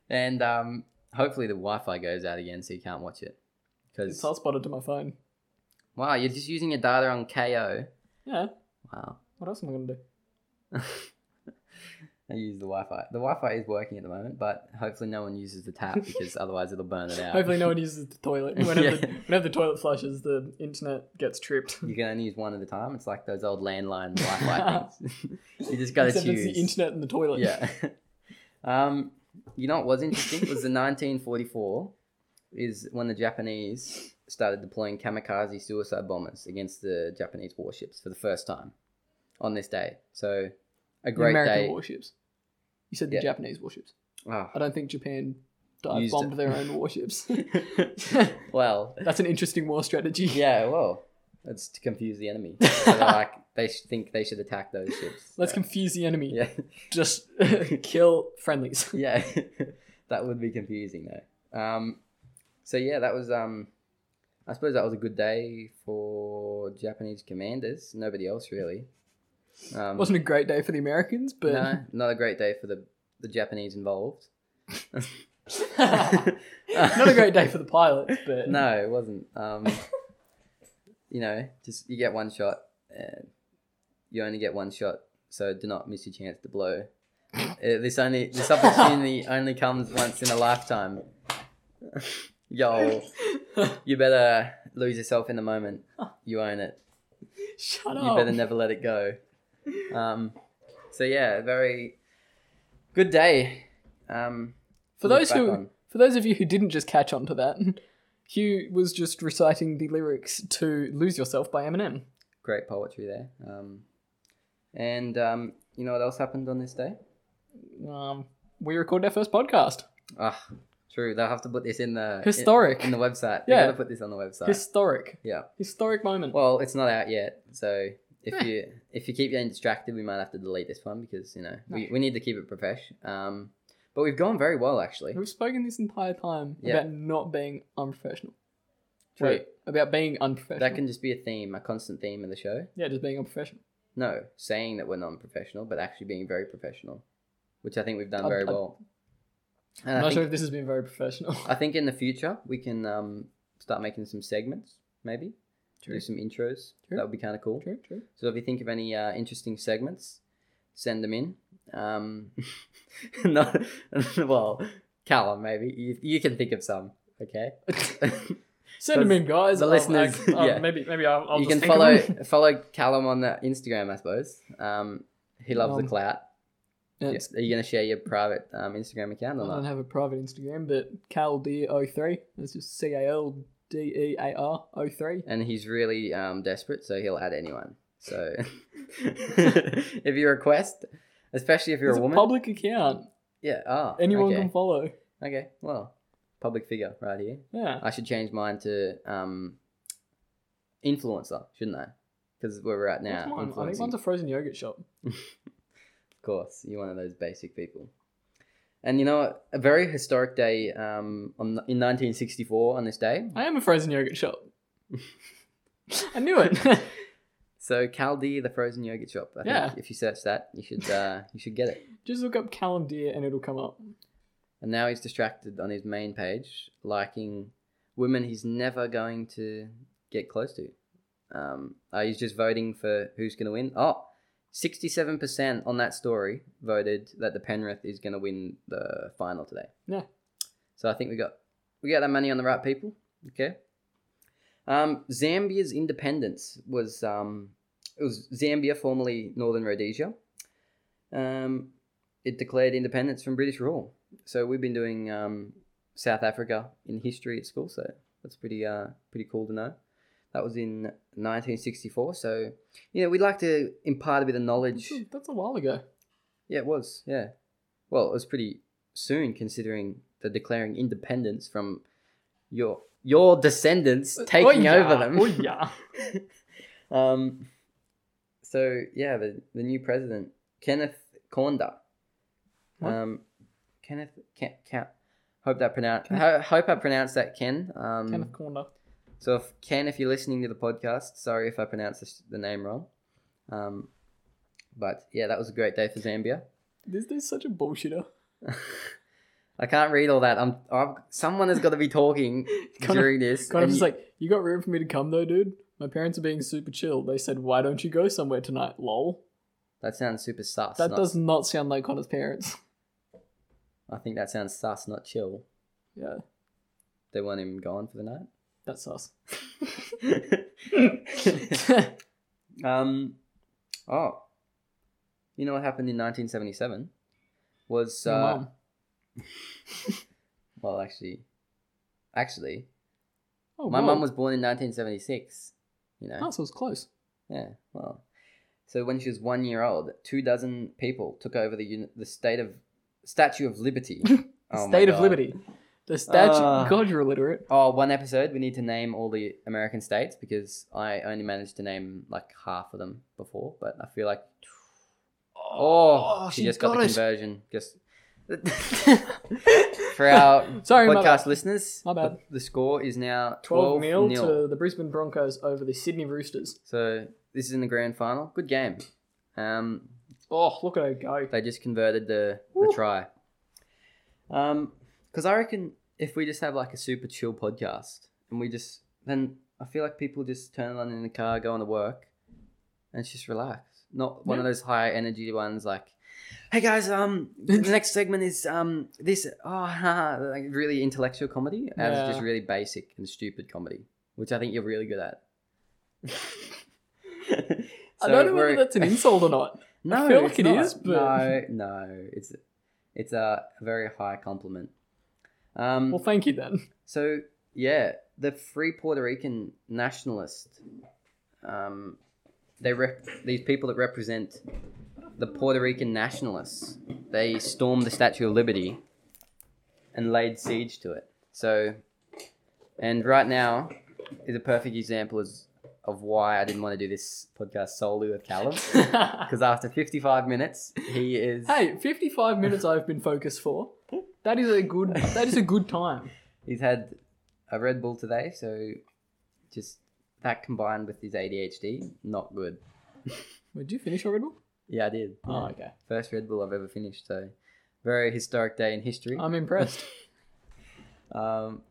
Speaker 1: And um, hopefully the Wi-Fi goes out again, so you can't watch it.
Speaker 2: It's
Speaker 1: Because
Speaker 2: hot spotted to my phone.
Speaker 1: wow, you're just using your data on KO.
Speaker 2: Yeah.
Speaker 1: Wow,
Speaker 2: What else am I gonna do?
Speaker 1: I use the Wi-Fi. The Wi-Fi is working at the moment, but hopefully no one uses the tap because otherwise it'll burn it out.
Speaker 2: Hopefully, no one uses the toilet. Whenever, the,
Speaker 1: Yeah.
Speaker 2: whenever the toilet flushes, the internet gets tripped.
Speaker 1: You can only use one at a time. It's like those old landline Wi-Fi things. you just gotta
Speaker 2: Except
Speaker 1: choose.
Speaker 2: it's the internet and the toilet.
Speaker 1: yeah. um, you know what was interesting was the 1944 is when the Japanese started deploying kamikaze suicide bombers against the Japanese warships for the first time on this day. So a
Speaker 2: The
Speaker 1: great
Speaker 2: American
Speaker 1: day.
Speaker 2: warships. You said the
Speaker 1: Yeah.
Speaker 2: Japanese warships.
Speaker 1: Ah,
Speaker 2: I don't think Japan dive
Speaker 1: Used
Speaker 2: bombed
Speaker 1: it.
Speaker 2: their own warships.
Speaker 1: well,
Speaker 2: That's an interesting war strategy.
Speaker 1: yeah, well, that's to confuse the enemy. So they're like they sh- think they should attack those ships.
Speaker 2: Let's confuse the enemy.
Speaker 1: yeah,
Speaker 2: Just kill friendlies.
Speaker 1: yeah, that would be confusing though. Um, so yeah, that was um, I suppose that was a good day for Japanese commanders. Nobody else really. Um,
Speaker 2: Wasn't a great day for the Americans, but
Speaker 1: no, not a great day for the the Japanese involved.
Speaker 2: not a great day for the pilots. But
Speaker 1: No, it wasn't. Um, you know, just you get one shot, and you only get one shot, so do not miss your chance to blow. Uh, this only this opportunity only comes once in a lifetime. Yo, you better lose yourself in the moment. You own it.
Speaker 2: shut
Speaker 1: You
Speaker 2: up.
Speaker 1: better never let it go. Um, so yeah, very good day. Um,
Speaker 2: for
Speaker 1: look
Speaker 2: those
Speaker 1: back
Speaker 2: who,
Speaker 1: on.
Speaker 2: for those of you who didn't just catch on to that, Hugh was just reciting the lyrics to "Lose Yourself" by Eminem.
Speaker 1: great poetry there. Um, and um, you know what else happened on this day?
Speaker 2: Um, we recorded our first podcast.
Speaker 1: Ah, true. They'll have to put this in the in-
Speaker 2: Historic.
Speaker 1: in, the website. They're
Speaker 2: Yeah.
Speaker 1: gonna put this on the website.
Speaker 2: Historic,
Speaker 1: yeah.
Speaker 2: historic moment.
Speaker 1: Well, it's not out yet, so if
Speaker 2: Eh.
Speaker 1: you if you keep getting distracted, we might have to delete this one because you know we, we need to keep it profesh. Um, but we've gone very well actually.
Speaker 2: We've spoken this entire time
Speaker 1: Yeah.
Speaker 2: about not being unprofessional.
Speaker 1: True.
Speaker 2: Wait, about being unprofessional.
Speaker 1: That can just be a theme, a constant theme of the show.
Speaker 2: yeah, just being unprofessional.
Speaker 1: No, saying that we're non-professional, but actually being very professional, which I think we've done
Speaker 2: I'm-
Speaker 1: very
Speaker 2: I'm-
Speaker 1: well. And I
Speaker 2: I'm not
Speaker 1: think-
Speaker 2: sure if this has been very professional.
Speaker 1: I think in the future we can um, start making some segments, maybe
Speaker 2: True.
Speaker 1: do some intros.
Speaker 2: True.
Speaker 1: That would be kind of cool.
Speaker 2: true, true.
Speaker 1: So if you think of any uh, interesting segments, send them in. Um, not, well, Callum, maybe you, you can think of some. Okay.
Speaker 2: Send them in, guys.
Speaker 1: the
Speaker 2: I'll-
Speaker 1: listeners-
Speaker 2: I'll-
Speaker 1: yeah.
Speaker 2: Maybe, maybe I'll. I'll
Speaker 1: you can
Speaker 2: just think of
Speaker 1: follow
Speaker 2: them.
Speaker 1: follow Callum on the Instagram, I suppose. Um, he loves the
Speaker 2: Um,
Speaker 1: clout.
Speaker 2: Yeah,
Speaker 1: Yeah.
Speaker 2: it's-
Speaker 1: Are you going to share your private um, Instagram account
Speaker 2: I
Speaker 1: or
Speaker 2: don't
Speaker 1: not?
Speaker 2: have a private Instagram, but CalDear03. That's just C A L D E A R 03.
Speaker 1: and he's really um, desperate, so he'll add anyone. So if you request, especially if you're
Speaker 2: It's
Speaker 1: a
Speaker 2: a
Speaker 1: woman,
Speaker 2: public account.
Speaker 1: yeah, ah,
Speaker 2: Anyone
Speaker 1: okay.
Speaker 2: can follow.
Speaker 1: okay, well, public figure right here.
Speaker 2: Yeah.
Speaker 1: I should change mine to um, influencer, shouldn't I? Because where we're at now,
Speaker 2: What's mine? I think
Speaker 1: influencing.
Speaker 2: mine's a frozen yogurt shop.
Speaker 1: of course, you're one of those basic people. And you know, what? a very historic day um, on, in 1964 on this day.
Speaker 2: I am a frozen yogurt shop. I knew it.
Speaker 1: So Caldi, the frozen yogurt shop. I
Speaker 2: Yeah.
Speaker 1: think if you search that, you should uh, you should get it.
Speaker 2: just look up Callum Deer and it'll come up.
Speaker 1: And now he's distracted on his main page, liking women he's never going to get close to. Um, uh, he's just voting for who's going to win. Oh, 67% on that story voted that the Penrith is going to win the final today.
Speaker 2: Yeah.
Speaker 1: So I think we got we got our money on the right people. Okay. Um, Zambia's independence was um, it was Zambia, formerly Northern Rhodesia. Um, it declared independence from British rule so we've been doing um, South Africa in history at school, so that's pretty uh, pretty cool to know. That was in 1964, so you know we'd like to impart a bit of knowledge.
Speaker 2: That's a- That's a while ago.
Speaker 1: Yeah, it was. Yeah, well, it was pretty soon considering the declaring independence from your your descendants taking
Speaker 2: Oh, yeah.
Speaker 1: over them.
Speaker 2: Oh, yeah.
Speaker 1: Um, so yeah, the, the new president, Kenneth Cornda.
Speaker 2: What?
Speaker 1: Um, Kenneth can't count. Hope that pronounce. Ho- hope I pronounced that Ken. Um,
Speaker 2: Kenneth Corner.
Speaker 1: so if Ken, if you're listening to the podcast, sorry if I pronounced the, the name wrong. Um, but yeah, that was a great day for Zambia.
Speaker 2: This dude's such a bullshitter.
Speaker 1: I can't read all that. I'm. I've, someone has got to be talking
Speaker 2: Kind of
Speaker 1: during this.
Speaker 2: Kind of
Speaker 1: and
Speaker 2: just
Speaker 1: you-
Speaker 2: like, you got room for me to come though, dude? My parents are being super chill. They said, why don't you go somewhere tonight? Lol.
Speaker 1: that sounds super sus.
Speaker 2: That
Speaker 1: not-
Speaker 2: does not sound like Connor's parents.
Speaker 1: I think that sounds sus, not chill.
Speaker 2: Yeah,
Speaker 1: They want him gone for the night.
Speaker 2: that's us.
Speaker 1: um, oh, you know what happened in 1977 was
Speaker 2: Your
Speaker 1: uh,
Speaker 2: mum.
Speaker 1: well, actually, actually,
Speaker 2: Oh,
Speaker 1: my
Speaker 2: wow.
Speaker 1: mum was born in 1976. You know,
Speaker 2: Oh, so it was close.
Speaker 1: yeah, well, so when she was one year old, two dozen people took over the uni- the state of Statue of Liberty. Oh my
Speaker 2: State of
Speaker 1: God.
Speaker 2: Liberty. The statue.
Speaker 1: Ah.
Speaker 2: God, you're illiterate.
Speaker 1: Oh, one episode. We need to name all the American states because I only managed to name like half of them before, but I feel like oh,
Speaker 2: Oh,
Speaker 1: she,
Speaker 2: she
Speaker 1: just got,
Speaker 2: got
Speaker 1: the
Speaker 2: it.
Speaker 1: conversion. Just for our
Speaker 2: Sorry, my
Speaker 1: podcast listeners,
Speaker 2: My bad.
Speaker 1: The, the score is now
Speaker 2: 12
Speaker 1: twelve,
Speaker 2: nil
Speaker 1: nil.
Speaker 2: to the Brisbane Broncos over the Sydney Roosters.
Speaker 1: So this is in the grand final. Good game. Um,
Speaker 2: Oh, look at her go.
Speaker 1: They just converted the, the
Speaker 2: Woo.
Speaker 1: try. Um, because I reckon if we just have like a super chill podcast and we just then I feel like people just turn it on in the car, go on to work, and it's just relax. Not one of those high energy ones like, hey guys, um, the next segment is um this oh haha," like really intellectual comedy as
Speaker 2: Yeah.
Speaker 1: just really basic and stupid comedy, which I think you're really good at.
Speaker 2: I
Speaker 1: So
Speaker 2: don't know
Speaker 1: we're-
Speaker 2: whether that's an insult or not.
Speaker 1: no,
Speaker 2: feel like
Speaker 1: it's
Speaker 2: it
Speaker 1: not.
Speaker 2: is, but-
Speaker 1: no, no, it's it's a very high compliment. Um,
Speaker 2: Well, thank you then.
Speaker 1: so yeah, the Free Puerto Rican nationalist, um, they rep- these people that represent the Puerto Rican nationalists. They stormed the Statue of Liberty and laid siege to it. So, and right now is a perfect example is of why I didn't want to do this podcast solely with Callum. Because after 55 minutes, he is
Speaker 2: hey, 55 minutes I've been focused for. That is a good. That is a good time.
Speaker 1: he's had a Red Bull today, so just that combined with his ADHD, not good.
Speaker 2: Wait, did you finish your Red Bull?
Speaker 1: Yeah, I did.
Speaker 2: Oh, okay.
Speaker 1: First Red Bull I've ever finished, so very historic day in history.
Speaker 2: I'm impressed.
Speaker 1: Um,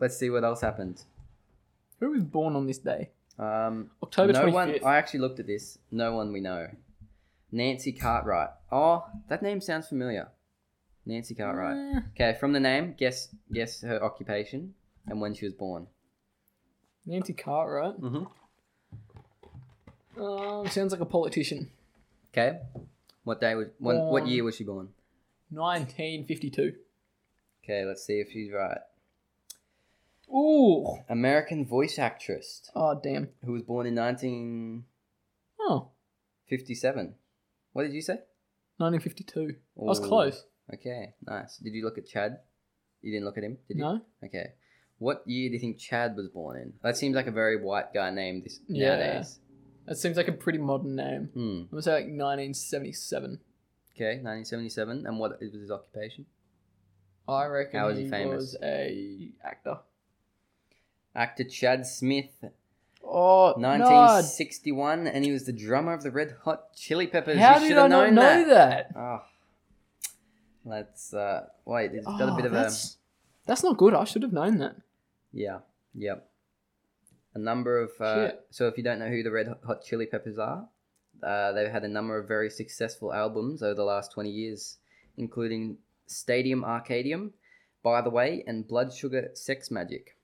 Speaker 1: let's see what else happened.
Speaker 2: Who was born on this day?
Speaker 1: Um,
Speaker 2: October
Speaker 1: no
Speaker 2: 25th.
Speaker 1: one. I actually looked at this. No one we know. Nancy Cartwright. Oh, that name sounds familiar. Nancy Cartwright.
Speaker 2: Eh,
Speaker 1: Okay, from the name, guess guess her occupation and when she was born.
Speaker 2: Nancy Cartwright.
Speaker 1: Mm-hmm.
Speaker 2: Um, sounds like a politician.
Speaker 1: Okay. What day was when, what
Speaker 2: Born.
Speaker 1: year was she born?
Speaker 2: 1952.
Speaker 1: Okay, let's see if she's right.
Speaker 2: Ooh.
Speaker 1: American voice actress
Speaker 2: Oh, damn.
Speaker 1: who was born in 1957.
Speaker 2: Oh,
Speaker 1: What did you say?
Speaker 2: 1952. I was
Speaker 1: Ooh.
Speaker 2: close.
Speaker 1: Okay, nice. Did you look at Chad? You didn't look at him, did you?
Speaker 2: No?
Speaker 1: Okay. What year do you think Chad was born in? That seems like a very white guy name this
Speaker 2: Yeah.
Speaker 1: nowadays.
Speaker 2: That seems like a pretty modern name.
Speaker 1: Hmm.
Speaker 2: I'm gonna say like 1977.
Speaker 1: Okay, 1977. And what was his occupation?
Speaker 2: I reckon
Speaker 1: How was he
Speaker 2: he
Speaker 1: famous?
Speaker 2: was a actor.
Speaker 1: Actor Chad Smith,
Speaker 2: Oh,
Speaker 1: 1961, and he was the drummer of the Red Hot Chili Peppers.
Speaker 2: How
Speaker 1: you
Speaker 2: did
Speaker 1: should
Speaker 2: I
Speaker 1: have
Speaker 2: not
Speaker 1: known
Speaker 2: know
Speaker 1: that.
Speaker 2: that?
Speaker 1: Oh, let's uh, wait. It's got
Speaker 2: Oh,
Speaker 1: a bit of a
Speaker 2: that's, that's not good. I should have known that.
Speaker 1: yeah, yep. A number of uh, so if you don't know who the Red Hot Chili Peppers are, uh, they've had a number of very successful albums over the last twenty years, including Stadium Arcadium, By the Way, and Blood Sugar Sex Magic.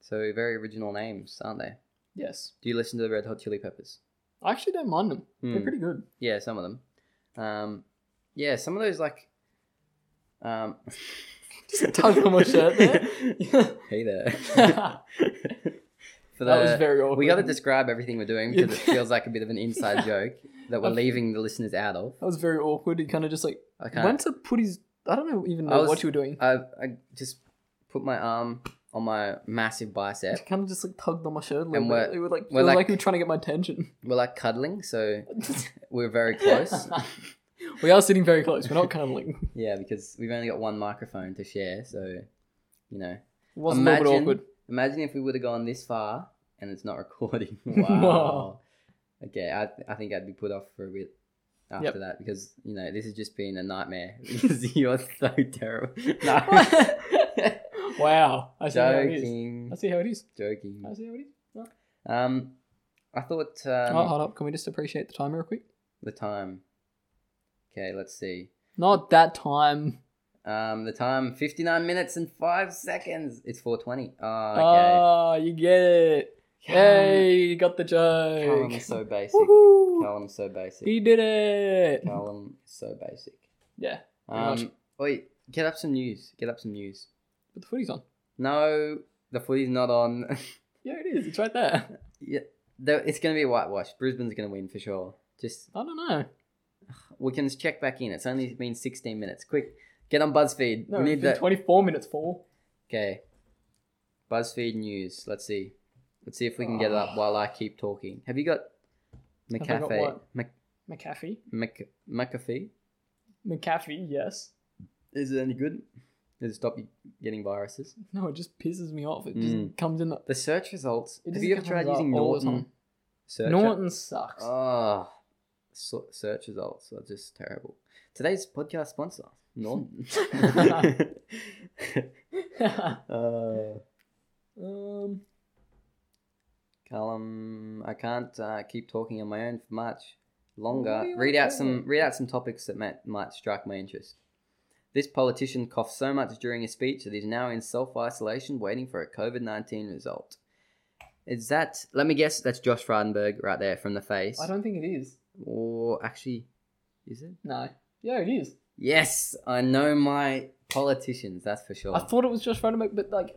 Speaker 1: So very original names, aren't they?
Speaker 2: Yes,
Speaker 1: Do you listen to the Red Hot Chili Peppers?
Speaker 2: I actually don't mind them. They're
Speaker 1: Hmm.
Speaker 2: pretty good.
Speaker 1: Yeah, some of them. Um, yeah, some of those like. Um,
Speaker 2: Just tug on my shirt there.
Speaker 1: hey there.
Speaker 2: that
Speaker 1: For
Speaker 2: was
Speaker 1: the-
Speaker 2: very awkward.
Speaker 1: we got to describe everything we're doing because it
Speaker 2: Yeah.
Speaker 1: feels like a bit of an inside joke that we're
Speaker 2: I've-
Speaker 1: leaving the listeners out of.
Speaker 2: That was very awkward. He kind of just like
Speaker 1: I
Speaker 2: went
Speaker 1: can't.
Speaker 2: to put his. I don't know even
Speaker 1: I
Speaker 2: know
Speaker 1: was-
Speaker 2: what you were doing.
Speaker 1: I, I just put my arm on my massive bicep.
Speaker 2: He kind of just like tugged on my shirt a
Speaker 1: And
Speaker 2: little
Speaker 1: we're-
Speaker 2: bit. It was like it
Speaker 1: we're
Speaker 2: was
Speaker 1: like-
Speaker 2: like he was trying to get my attention.
Speaker 1: We're like cuddling, so we're very close.
Speaker 2: we are sitting very close. We're not cuddling.
Speaker 1: yeah, because we've only got one microphone to share, so you know.
Speaker 2: It was a
Speaker 1: Imagine-
Speaker 2: little bit awkward.
Speaker 1: Imagine if we would have gone this far and it's not recording.
Speaker 2: Wow.
Speaker 1: wow. Okay, I, I think I'd be put off for a bit after
Speaker 2: Yep.
Speaker 1: that because you know this has just been a nightmare because you're so terrible. No,
Speaker 2: No. wow. I see how it is. I
Speaker 1: joking,
Speaker 2: see how it is.
Speaker 1: joking.
Speaker 2: I see how it is. Oh,
Speaker 1: Um, I thought
Speaker 2: oh,
Speaker 1: um,
Speaker 2: hold up. Can we just appreciate the time real quick?
Speaker 1: the time. Okay, let's see.
Speaker 2: Not that time.
Speaker 1: Um, the time fifty nine minutes and five seconds. It's four twenty. Oh,
Speaker 2: Oh, you get it.
Speaker 1: okay.
Speaker 2: Hey, you got the
Speaker 1: Callum
Speaker 2: joke.
Speaker 1: is so basic.
Speaker 2: Woohoo.
Speaker 1: Callum's so basic.
Speaker 2: He did it.
Speaker 1: Callum is um, so basic.
Speaker 2: Yeah. Pretty much.
Speaker 1: Um, wait, get up some news. Get up some news.
Speaker 2: Put the footies on.
Speaker 1: No, the footy's not on.
Speaker 2: Yeah, it is. It's right there.
Speaker 1: yeah, the- it's going to be whitewashed. Brisbane's going to win for sure. Just
Speaker 2: I don't know.
Speaker 1: we can just check back in. It's only been 16 minutes. Quick, get on BuzzFeed.
Speaker 2: No,
Speaker 1: we
Speaker 2: it's
Speaker 1: need
Speaker 2: been
Speaker 1: that.
Speaker 2: 24 minutes, Paul.
Speaker 1: Okay. BuzzFeed News. Let's see. Let's see if we can get it up while I keep talking. Have you got
Speaker 2: Ah. I got
Speaker 1: McAfee?
Speaker 2: what?
Speaker 1: Mc,
Speaker 2: McAfee.
Speaker 1: Mc, McAfee?
Speaker 2: McAfee, yes.
Speaker 1: Is it any good? Does it stop you getting viruses?
Speaker 2: No, it just pisses me off. It just
Speaker 1: Mm.
Speaker 2: comes in the.
Speaker 1: The search results.
Speaker 2: It
Speaker 1: Have
Speaker 2: just
Speaker 1: you ever
Speaker 2: comes
Speaker 1: tried
Speaker 2: up
Speaker 1: using
Speaker 2: all the
Speaker 1: Norton
Speaker 2: time.
Speaker 1: search?
Speaker 2: Norton sucks.
Speaker 1: Oh, so, search results are just terrible. Today's podcast sponsor, Norton. uh,
Speaker 2: um,
Speaker 1: Callum, I can't uh, keep talking on my own for much
Speaker 2: What
Speaker 1: longer.
Speaker 2: do you
Speaker 1: Read
Speaker 2: want
Speaker 1: out
Speaker 2: to
Speaker 1: some
Speaker 2: do?
Speaker 1: read out some topics that might, might strike my interest. This politician coughed so much during his speech that he's now in self isolation, waiting for a COVID nineteen result. Is that? Let me guess. That's Josh Frydenberg right there from the face.
Speaker 2: I don't think it is.
Speaker 1: Or actually, is it?
Speaker 2: No. Yeah, it is.
Speaker 1: Yes, I know my politicians. That's for sure.
Speaker 2: I thought it was Josh Frydenberg, but like,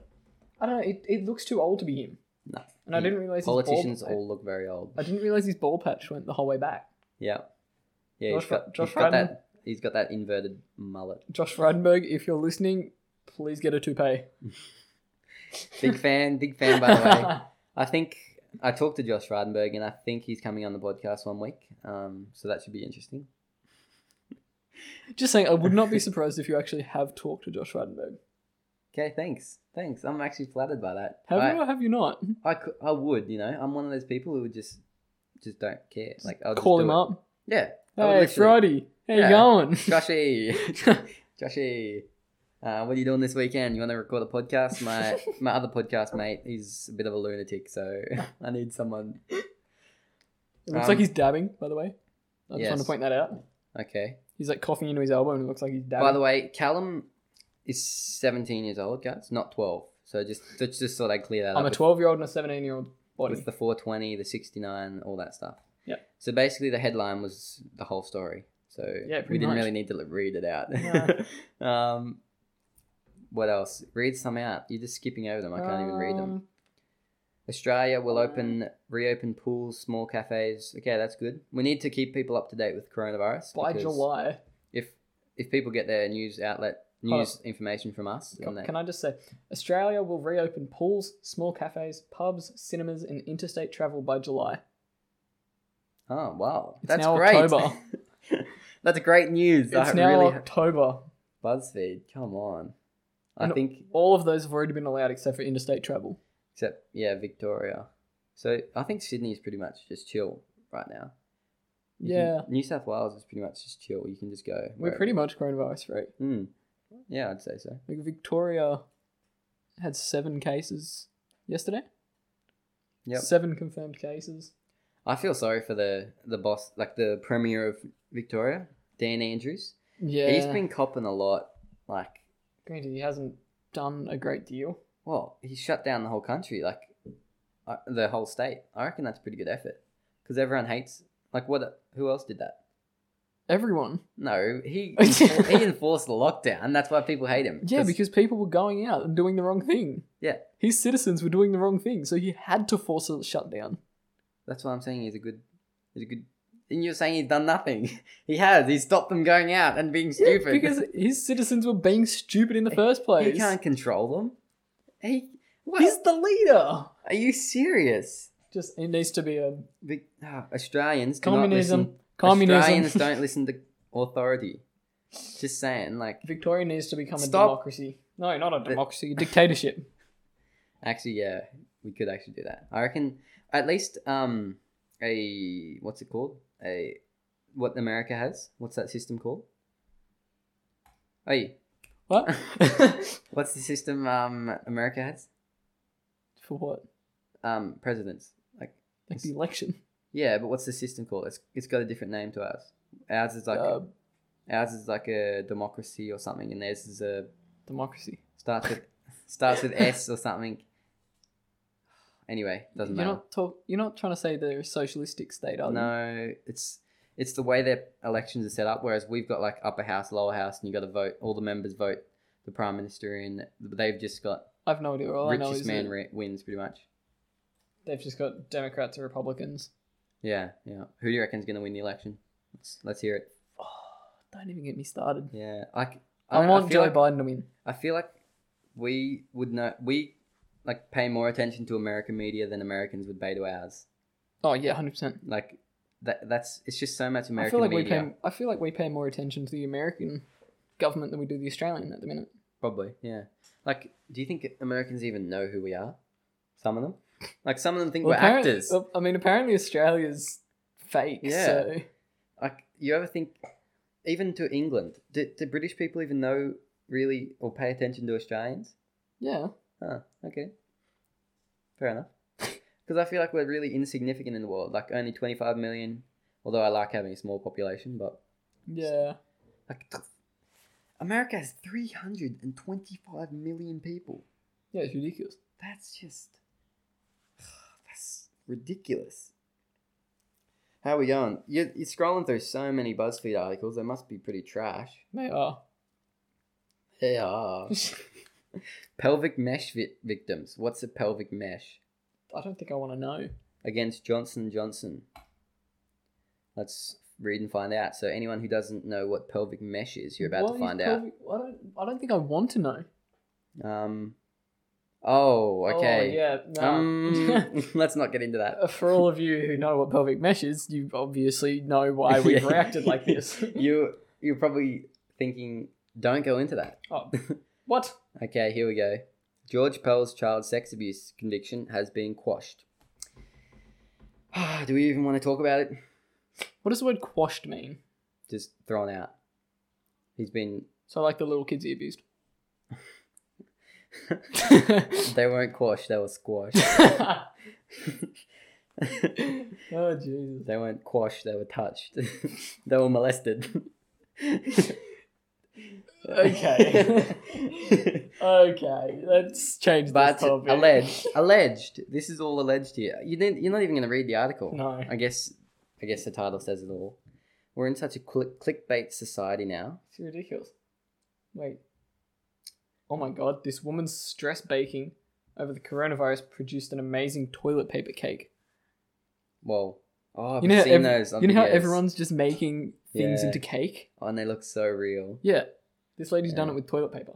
Speaker 2: I don't know. It, it looks too old to be him.
Speaker 1: No.
Speaker 2: And I didn't realize his bald-
Speaker 1: Hmm. politicians all look very old.
Speaker 2: I didn't realize his ball patch went the whole way back.
Speaker 1: Yeah. Yeah,
Speaker 2: Josh
Speaker 1: he's got,
Speaker 2: Fry-
Speaker 1: he's
Speaker 2: Josh
Speaker 1: got that. He's got that inverted mullet.
Speaker 2: Josh Frydenberg, if you're listening, please get a toupee.
Speaker 1: Big fan, big fan. By the way, I think I talked to Josh Frydenberg, and I think he's coming on the podcast one week. Um, so that should be interesting.
Speaker 2: Just saying, I would not be surprised if you actually have talked to Josh Frydenberg.
Speaker 1: Okay, thanks, thanks. I'm actually flattered by that.
Speaker 2: Have
Speaker 1: I,
Speaker 2: you or have you not?
Speaker 1: I, cou- I would, you know, I'm one of those people who would just just don't care. Like I'll just
Speaker 2: Call
Speaker 1: do
Speaker 2: him
Speaker 1: it.
Speaker 2: up.
Speaker 1: Yeah. I would
Speaker 2: Hey,
Speaker 1: literally-
Speaker 2: Friday, how
Speaker 1: Yeah.
Speaker 2: you going?
Speaker 1: Joshy, Joshy, uh, what are you doing this weekend? You want to record a podcast? My my other podcast mate, he's a bit of a lunatic, so I need someone.
Speaker 2: It looks
Speaker 1: Um,
Speaker 2: like he's dabbing, by the way. I just want
Speaker 1: yes.
Speaker 2: to point that out.
Speaker 1: Okay.
Speaker 2: He's like coughing into his elbow and it looks like he's dabbing.
Speaker 1: By the way, Callum is seventeen years old, guys, not twelve. So just just, just thought I'd clear that
Speaker 2: I'm a
Speaker 1: up.
Speaker 2: 12 year old and a 17 year old body.
Speaker 1: with the 420, the 69, all that stuff.
Speaker 2: Yeah.
Speaker 1: So basically, the headline was the whole story. So
Speaker 2: Yeah, pretty
Speaker 1: we didn't
Speaker 2: much.
Speaker 1: really need to l- read it out. um, what else? Read some out. You're just skipping over them. I can't even read them.
Speaker 2: Um, uh,
Speaker 1: Australia will open, reopen pools, small cafes. Okay, that's good. We need to keep people up to date with coronavirus.
Speaker 2: By
Speaker 1: because
Speaker 2: July.
Speaker 1: if if people get their news outlet
Speaker 2: Hold
Speaker 1: news information from us,
Speaker 2: Can,
Speaker 1: then they,
Speaker 2: can I just say, Australia will reopen pools, small cafes, pubs, cinemas, and interstate travel by July.
Speaker 1: oh wow,
Speaker 2: It's
Speaker 1: that's
Speaker 2: now
Speaker 1: great.
Speaker 2: October.
Speaker 1: that's great news.
Speaker 2: It's
Speaker 1: I
Speaker 2: now
Speaker 1: really
Speaker 2: October.
Speaker 1: BuzzFeed, come on. I
Speaker 2: And-
Speaker 1: think,
Speaker 2: All of those have already been allowed except for interstate travel.
Speaker 1: except, yeah, Victoria. So I think Sydney's pretty much just chill right now. You can-
Speaker 2: Yeah.
Speaker 1: New South Wales is pretty much just chill. You can just go.
Speaker 2: We're pretty much coronavirus free.
Speaker 1: Mm. Yeah, I'd say so.
Speaker 2: Like Victoria had seven cases yesterday.
Speaker 1: Yep.
Speaker 2: Seven confirmed cases.
Speaker 1: I feel sorry for the, the boss, like the Premier of Victoria, Dan Andrews.
Speaker 2: Yeah.
Speaker 1: He's been copping a lot. Like,
Speaker 2: Granted, he hasn't done a great deal.
Speaker 1: well, he shut down the whole country, like uh, the whole state. I reckon that's a pretty good effort because everyone hates. Like, what? Who else did that?
Speaker 2: Everyone.
Speaker 1: No, he enfor- he enforced the lockdown. That's why people hate him.
Speaker 2: Yeah, because people were going out and doing the wrong thing.
Speaker 1: Yeah.
Speaker 2: His citizens were doing the wrong thing, so he had to force a shutdown.
Speaker 1: that's why I'm saying he's a good, he's a good. And you're saying he's done nothing. he has. He stopped them going out and being stupid.
Speaker 2: because his citizens were being stupid in the first
Speaker 1: he
Speaker 2: place.
Speaker 1: can't control them. He what?
Speaker 2: He's the leader.
Speaker 1: Are you serious?
Speaker 2: Just it needs to be a
Speaker 1: Vic- ah, Australians do not
Speaker 2: communism.
Speaker 1: listen. Australians
Speaker 2: Communism.
Speaker 1: don't listen to authority. Just saying, like
Speaker 2: Victoria needs to become
Speaker 1: Stop.
Speaker 2: a democracy. No, not a democracy. A dictatorship.
Speaker 1: Actually, yeah, we could actually do that. I reckon at least um a what's it called? A what America has? What's that system called? Hey,
Speaker 2: What?
Speaker 1: what's the system um America has?
Speaker 2: For what?
Speaker 1: Um presidents. Like
Speaker 2: Like the election.
Speaker 1: yeah, but what's the system called? It's it's got a different name to ours. Ours is like
Speaker 2: uh,
Speaker 1: ours is like a democracy or something and theirs is a
Speaker 2: democracy.
Speaker 1: starts with starts with S or something. Anyway, doesn't
Speaker 2: you're
Speaker 1: matter.
Speaker 2: not talk. You're not trying to say they're a socialistic state, are you?
Speaker 1: No, it's it's the way their elections are set up. Whereas we've got like upper house, lower house, and you got to vote. All the members vote the prime minister in. But they've just got
Speaker 2: I've no idea. All I know
Speaker 1: richest
Speaker 2: is
Speaker 1: man
Speaker 2: that
Speaker 1: ri- wins pretty much.
Speaker 2: they've just got Democrats and Republicans.
Speaker 1: Yeah, yeah. Who do you reckon's gonna win the election? Let's let's hear it.
Speaker 2: Oh, don't even get me started.
Speaker 1: Yeah, like
Speaker 2: I, want Joe
Speaker 1: like,
Speaker 2: Biden to win.
Speaker 1: I feel like we would know we like pay more attention to American media than Americans would pay to ours.
Speaker 2: Oh yeah, hundred percent.
Speaker 1: Like that that's it's just so much
Speaker 2: I
Speaker 1: American
Speaker 2: feel like
Speaker 1: media.
Speaker 2: we pay. I feel like we pay more attention to the American government than we do the Australian at the minute.
Speaker 1: Probably, yeah. Like, do you think Americans even know who we are? Some of them, like some of them think
Speaker 2: Well,
Speaker 1: we're
Speaker 2: apparently-
Speaker 1: actors.
Speaker 2: well, uh, I mean, apparently Australia's fake.
Speaker 1: Yeah.
Speaker 2: So
Speaker 1: Like, you ever think, even to England, do, do British people even know really or pay attention to Australians?
Speaker 2: yeah.
Speaker 1: Huh, okay, fair enough. Because I feel like we're really insignificant in the world. Like only twenty five million. Although I like having a small population, but
Speaker 2: Yeah.
Speaker 1: like. th- America has 325 million people.
Speaker 2: Yeah, it's ridiculous.
Speaker 1: That's just that's ridiculous. How are we going? You're, you're scrolling through so many BuzzFeed articles. They must be pretty trash.
Speaker 2: They are.
Speaker 1: They are. pelvic mesh vi- victims. What's a pelvic mesh?
Speaker 2: I don't think I want to know.
Speaker 1: Against Johnson Johnson. Let's read and find out. So anyone who doesn't know what pelvic mesh is, you're about
Speaker 2: Why
Speaker 1: to
Speaker 2: is
Speaker 1: find
Speaker 2: pelvic- I don't. I don't think I want to know.
Speaker 1: out. Um. Oh, okay.
Speaker 2: Oh, yeah. No.
Speaker 1: Um. let's not get into that.
Speaker 2: Uh, For all of you who know what pelvic mesh is, you obviously know why we've
Speaker 1: Yeah.
Speaker 2: reacted like this.
Speaker 1: you you're probably thinking, don't go into that.
Speaker 2: oh, what?
Speaker 1: Okay, here we go. George Pell's child sex abuse conviction has been quashed. Do we even want to talk about it?
Speaker 2: What does the word quashed mean?
Speaker 1: Just thrown out. He's been.
Speaker 2: So, like the little kids he abused.
Speaker 1: They weren't quashed. They were squashed.
Speaker 2: oh Jesus!
Speaker 1: they weren't quashed. They were touched. they were molested.
Speaker 2: Okay, okay. Let's change
Speaker 1: but
Speaker 2: this topic.
Speaker 1: alleged. Alleged. This is all alleged here. You didn't, you're not even going to read the article.
Speaker 2: No.
Speaker 1: I guess I guess the title says it all. We're in such a click, clickbait society now.
Speaker 2: It's ridiculous. Wait. Oh my god, this woman's stress baking over the coronavirus produced an amazing toilet paper cake.
Speaker 1: Well, oh, I've
Speaker 2: you know, how
Speaker 1: seen
Speaker 2: ev-
Speaker 1: those. On
Speaker 2: you know how
Speaker 1: videos.
Speaker 2: everyone's just making things
Speaker 1: Yeah.
Speaker 2: into cake?
Speaker 1: oh, and they look so real.
Speaker 2: Yeah. This lady's done
Speaker 1: Yeah.
Speaker 2: it with toilet paper.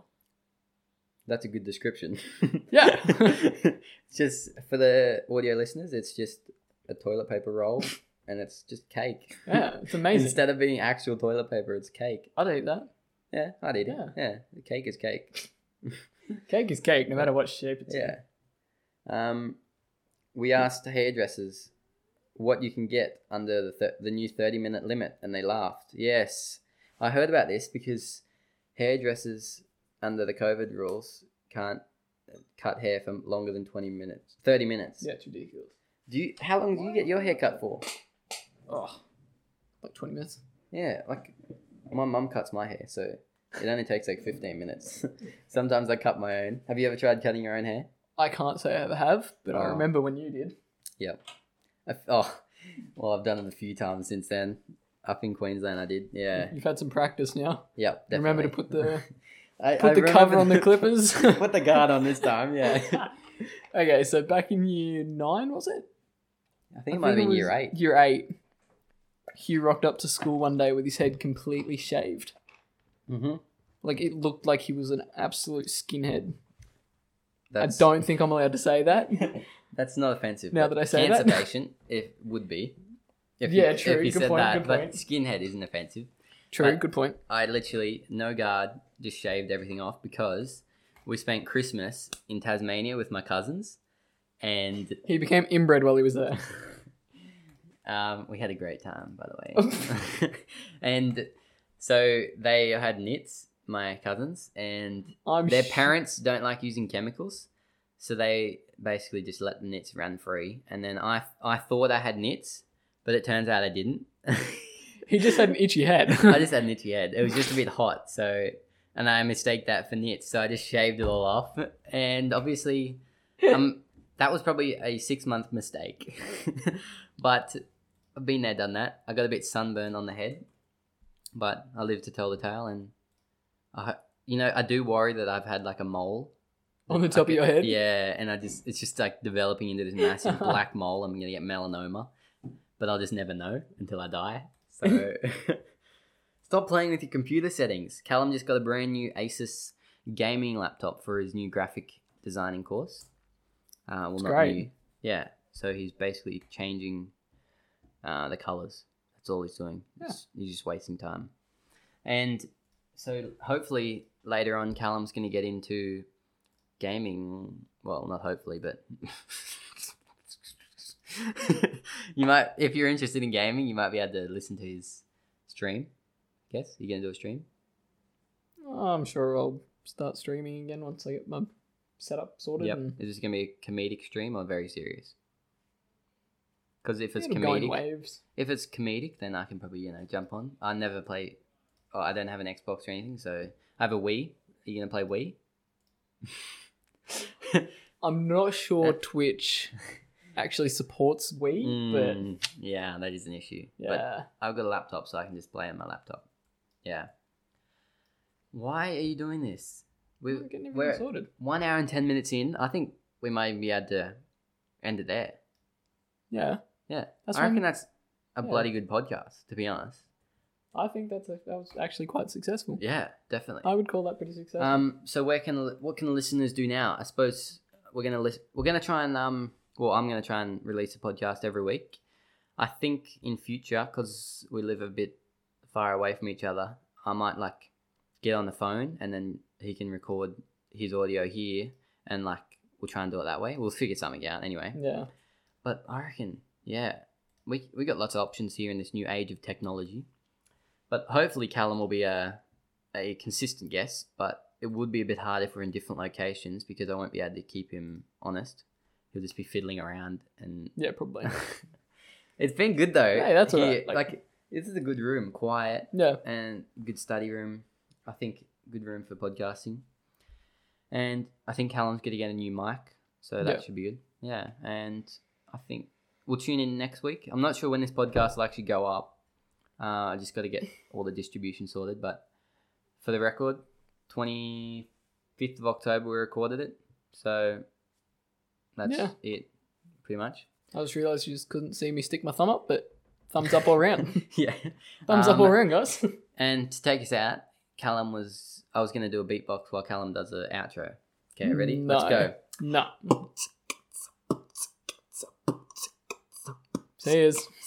Speaker 1: That's a good description.
Speaker 2: Yeah.
Speaker 1: It's just for the audio listeners, it's just a toilet paper roll, and it's just cake.
Speaker 2: Yeah, it's amazing.
Speaker 1: Instead of being actual toilet paper, it's cake.
Speaker 2: I'd eat that.
Speaker 1: Yeah, I'd eat
Speaker 2: Yeah.
Speaker 1: it. Yeah, the cake is cake.
Speaker 2: Cake is cake, no matter what shape it's
Speaker 1: Yeah. Um, we asked hairdressers what you can get under the, th- the new 30 minute limit, and they laughed. Yes, I heard about this because hairdressers under the COVID rules can't cut hair for longer than 20 minutes, 30 minutes.
Speaker 2: in. Yeah, it's ridiculous.
Speaker 1: Do you, how long do you get your hair cut for?
Speaker 2: Oh, like 20 minutes.
Speaker 1: Yeah, like my mum cuts my hair, so it only takes like 15 minutes. Sometimes I cut my own. Have you ever tried cutting your own hair?
Speaker 2: I can't say I ever have, but I
Speaker 1: Oh.
Speaker 2: remember when you did.
Speaker 1: I f oh, well, I've done it a few times since then. Up in Queensland, I did. Yeah,
Speaker 2: You've had some practice now.
Speaker 1: yep. Definitely.
Speaker 2: Mm-hmm. Remember to put the
Speaker 1: I,
Speaker 2: put
Speaker 1: I
Speaker 2: the cover
Speaker 1: remember
Speaker 2: on the clippers.
Speaker 1: put the guard on this time. Yeah, I think
Speaker 2: okay, so back in year nine, was it?
Speaker 1: it might have been year
Speaker 2: was
Speaker 1: eight.
Speaker 2: Year eight. Hugh rocked up to school one day with his head completely shaved.
Speaker 1: Mm-hmm.
Speaker 2: Like it looked like he was an absolute skinhead.
Speaker 1: That's
Speaker 2: I don't think I'm allowed to say that.
Speaker 1: that's not offensive.
Speaker 2: Now
Speaker 1: but
Speaker 2: that I say
Speaker 1: cancer
Speaker 2: that.
Speaker 1: patient, it would be. If
Speaker 2: Yeah,
Speaker 1: you,
Speaker 2: true,
Speaker 1: If you
Speaker 2: good
Speaker 1: said
Speaker 2: point,
Speaker 1: that,
Speaker 2: good
Speaker 1: but
Speaker 2: point.
Speaker 1: skinhead isn't offensive.
Speaker 2: True,
Speaker 1: But-
Speaker 2: good point.
Speaker 1: I literally no guard, just shaved everything off because we spent Christmas in Tasmania with my cousins, and
Speaker 2: He became inbred while he was there.
Speaker 1: Um, we had a great time, by the way. and so they had knits, my cousins, and
Speaker 2: I'm
Speaker 1: their
Speaker 2: Oh, sh-
Speaker 1: parents don't like using chemicals, so they basically just let the knits run free. And then I, I thought I had knits, but it turns out I didn't.
Speaker 2: He just had an itchy head.
Speaker 1: I just had an itchy head. It was just a bit hot, so and I mistaked that for knits, so I just shaved it all off. And obviously, um, that was probably a six month mistake, but I've been there, done that. I got a bit sunburned on the head, but I lived to tell the tale. And I, ho- you know, I do worry that I've had like a mole
Speaker 2: on the top of your head.
Speaker 1: yeah, and I just it's just like developing into this massive black mole. I'm gonna get melanoma, but I'll just never know until I die. So stop playing with your computer settings. Callum just got a brand new Asus gaming laptop for his new graphic designing course. Uh, well,
Speaker 2: It's
Speaker 1: not
Speaker 2: great.
Speaker 1: new. Yeah. So he's basically changing uh, the colors. That's all he's doing.
Speaker 2: Yeah.
Speaker 1: It's- He's just wasting time. And so hopefully later on, Callum's going to get into gaming. Well, not hopefully, but. you might, if you're interested in gaming, you might be able to listen to his stream. Yes, you gonna do a stream?
Speaker 2: I'm sure I'll start streaming again once I get my setup sorted.
Speaker 1: Yep.
Speaker 2: And
Speaker 1: Is this gonna be a comedic stream or very serious? Because if it's
Speaker 2: it'll go in
Speaker 1: comedic,
Speaker 2: waves.
Speaker 1: if it's comedic, then I can probably you know jump on. I never play. Oh, I don't have an Xbox or anything, so I have a Wii. Are you gonna play Wii?
Speaker 2: I'm not sure
Speaker 1: Uh,
Speaker 2: Twitch actually supports Wii, but
Speaker 1: Mm, yeah, that is an issue. But
Speaker 2: yeah.
Speaker 1: I've got a laptop, so I can just play on my laptop. Yeah. Why are you doing this? We,
Speaker 2: we're getting everything
Speaker 1: we're
Speaker 2: sorted.
Speaker 1: one hour and ten minutes in. I think we may be able to end it there.
Speaker 2: Yeah.
Speaker 1: Yeah,
Speaker 2: That's
Speaker 1: I reckon
Speaker 2: fine.
Speaker 1: that's a
Speaker 2: Yeah.
Speaker 1: bloody good podcast, to be honest.
Speaker 2: I think that's a, that was actually quite successful.
Speaker 1: Yeah, definitely.
Speaker 2: I would call that pretty successful.
Speaker 1: Um, so where can what can listeners do now? I suppose we're gonna list, we're gonna try and um, well, I'm gonna try and release a podcast every week. I think in future, because we live a bit far away from each other, I might like get on the phone and then he can record his audio here, and like we'll try and do it that way. We'll figure something out anyway.
Speaker 2: yeah.
Speaker 1: But I reckon, yeah, we we got lots of options here in this new age of technology. But hopefully, Callum will be a a consistent guest. But it would be a bit hard if we're in different locations because I won't be able to keep him honest. He'll just be fiddling around, and
Speaker 2: Yeah, probably.
Speaker 1: it's been good though.
Speaker 2: Hey, that's
Speaker 1: He-
Speaker 2: alright,
Speaker 1: Like,
Speaker 2: like-
Speaker 1: this is a good room, quiet
Speaker 2: yeah.
Speaker 1: and good study room. I think good room for podcasting. And I think Callum's going to get a new mic, so that
Speaker 2: Yeah.
Speaker 1: should be good. Yeah, and I think we'll tune in next week. I'm not sure when this podcast will actually go up. Uh, I just got to get all the distribution sorted, but for the record, 25th of October we recorded it, so that's
Speaker 2: Yeah.
Speaker 1: it, pretty much.
Speaker 2: I just realised you just couldn't see me stick my thumb up, but thumbs up all round.
Speaker 1: yeah,
Speaker 2: Thumbs up
Speaker 1: Um,
Speaker 2: all round, guys.
Speaker 1: And to take us out, Callum was. I was going to do a beatbox while Callum does the outro. Okay, ready? Let's
Speaker 2: No.
Speaker 1: go.
Speaker 2: nah. Cheers.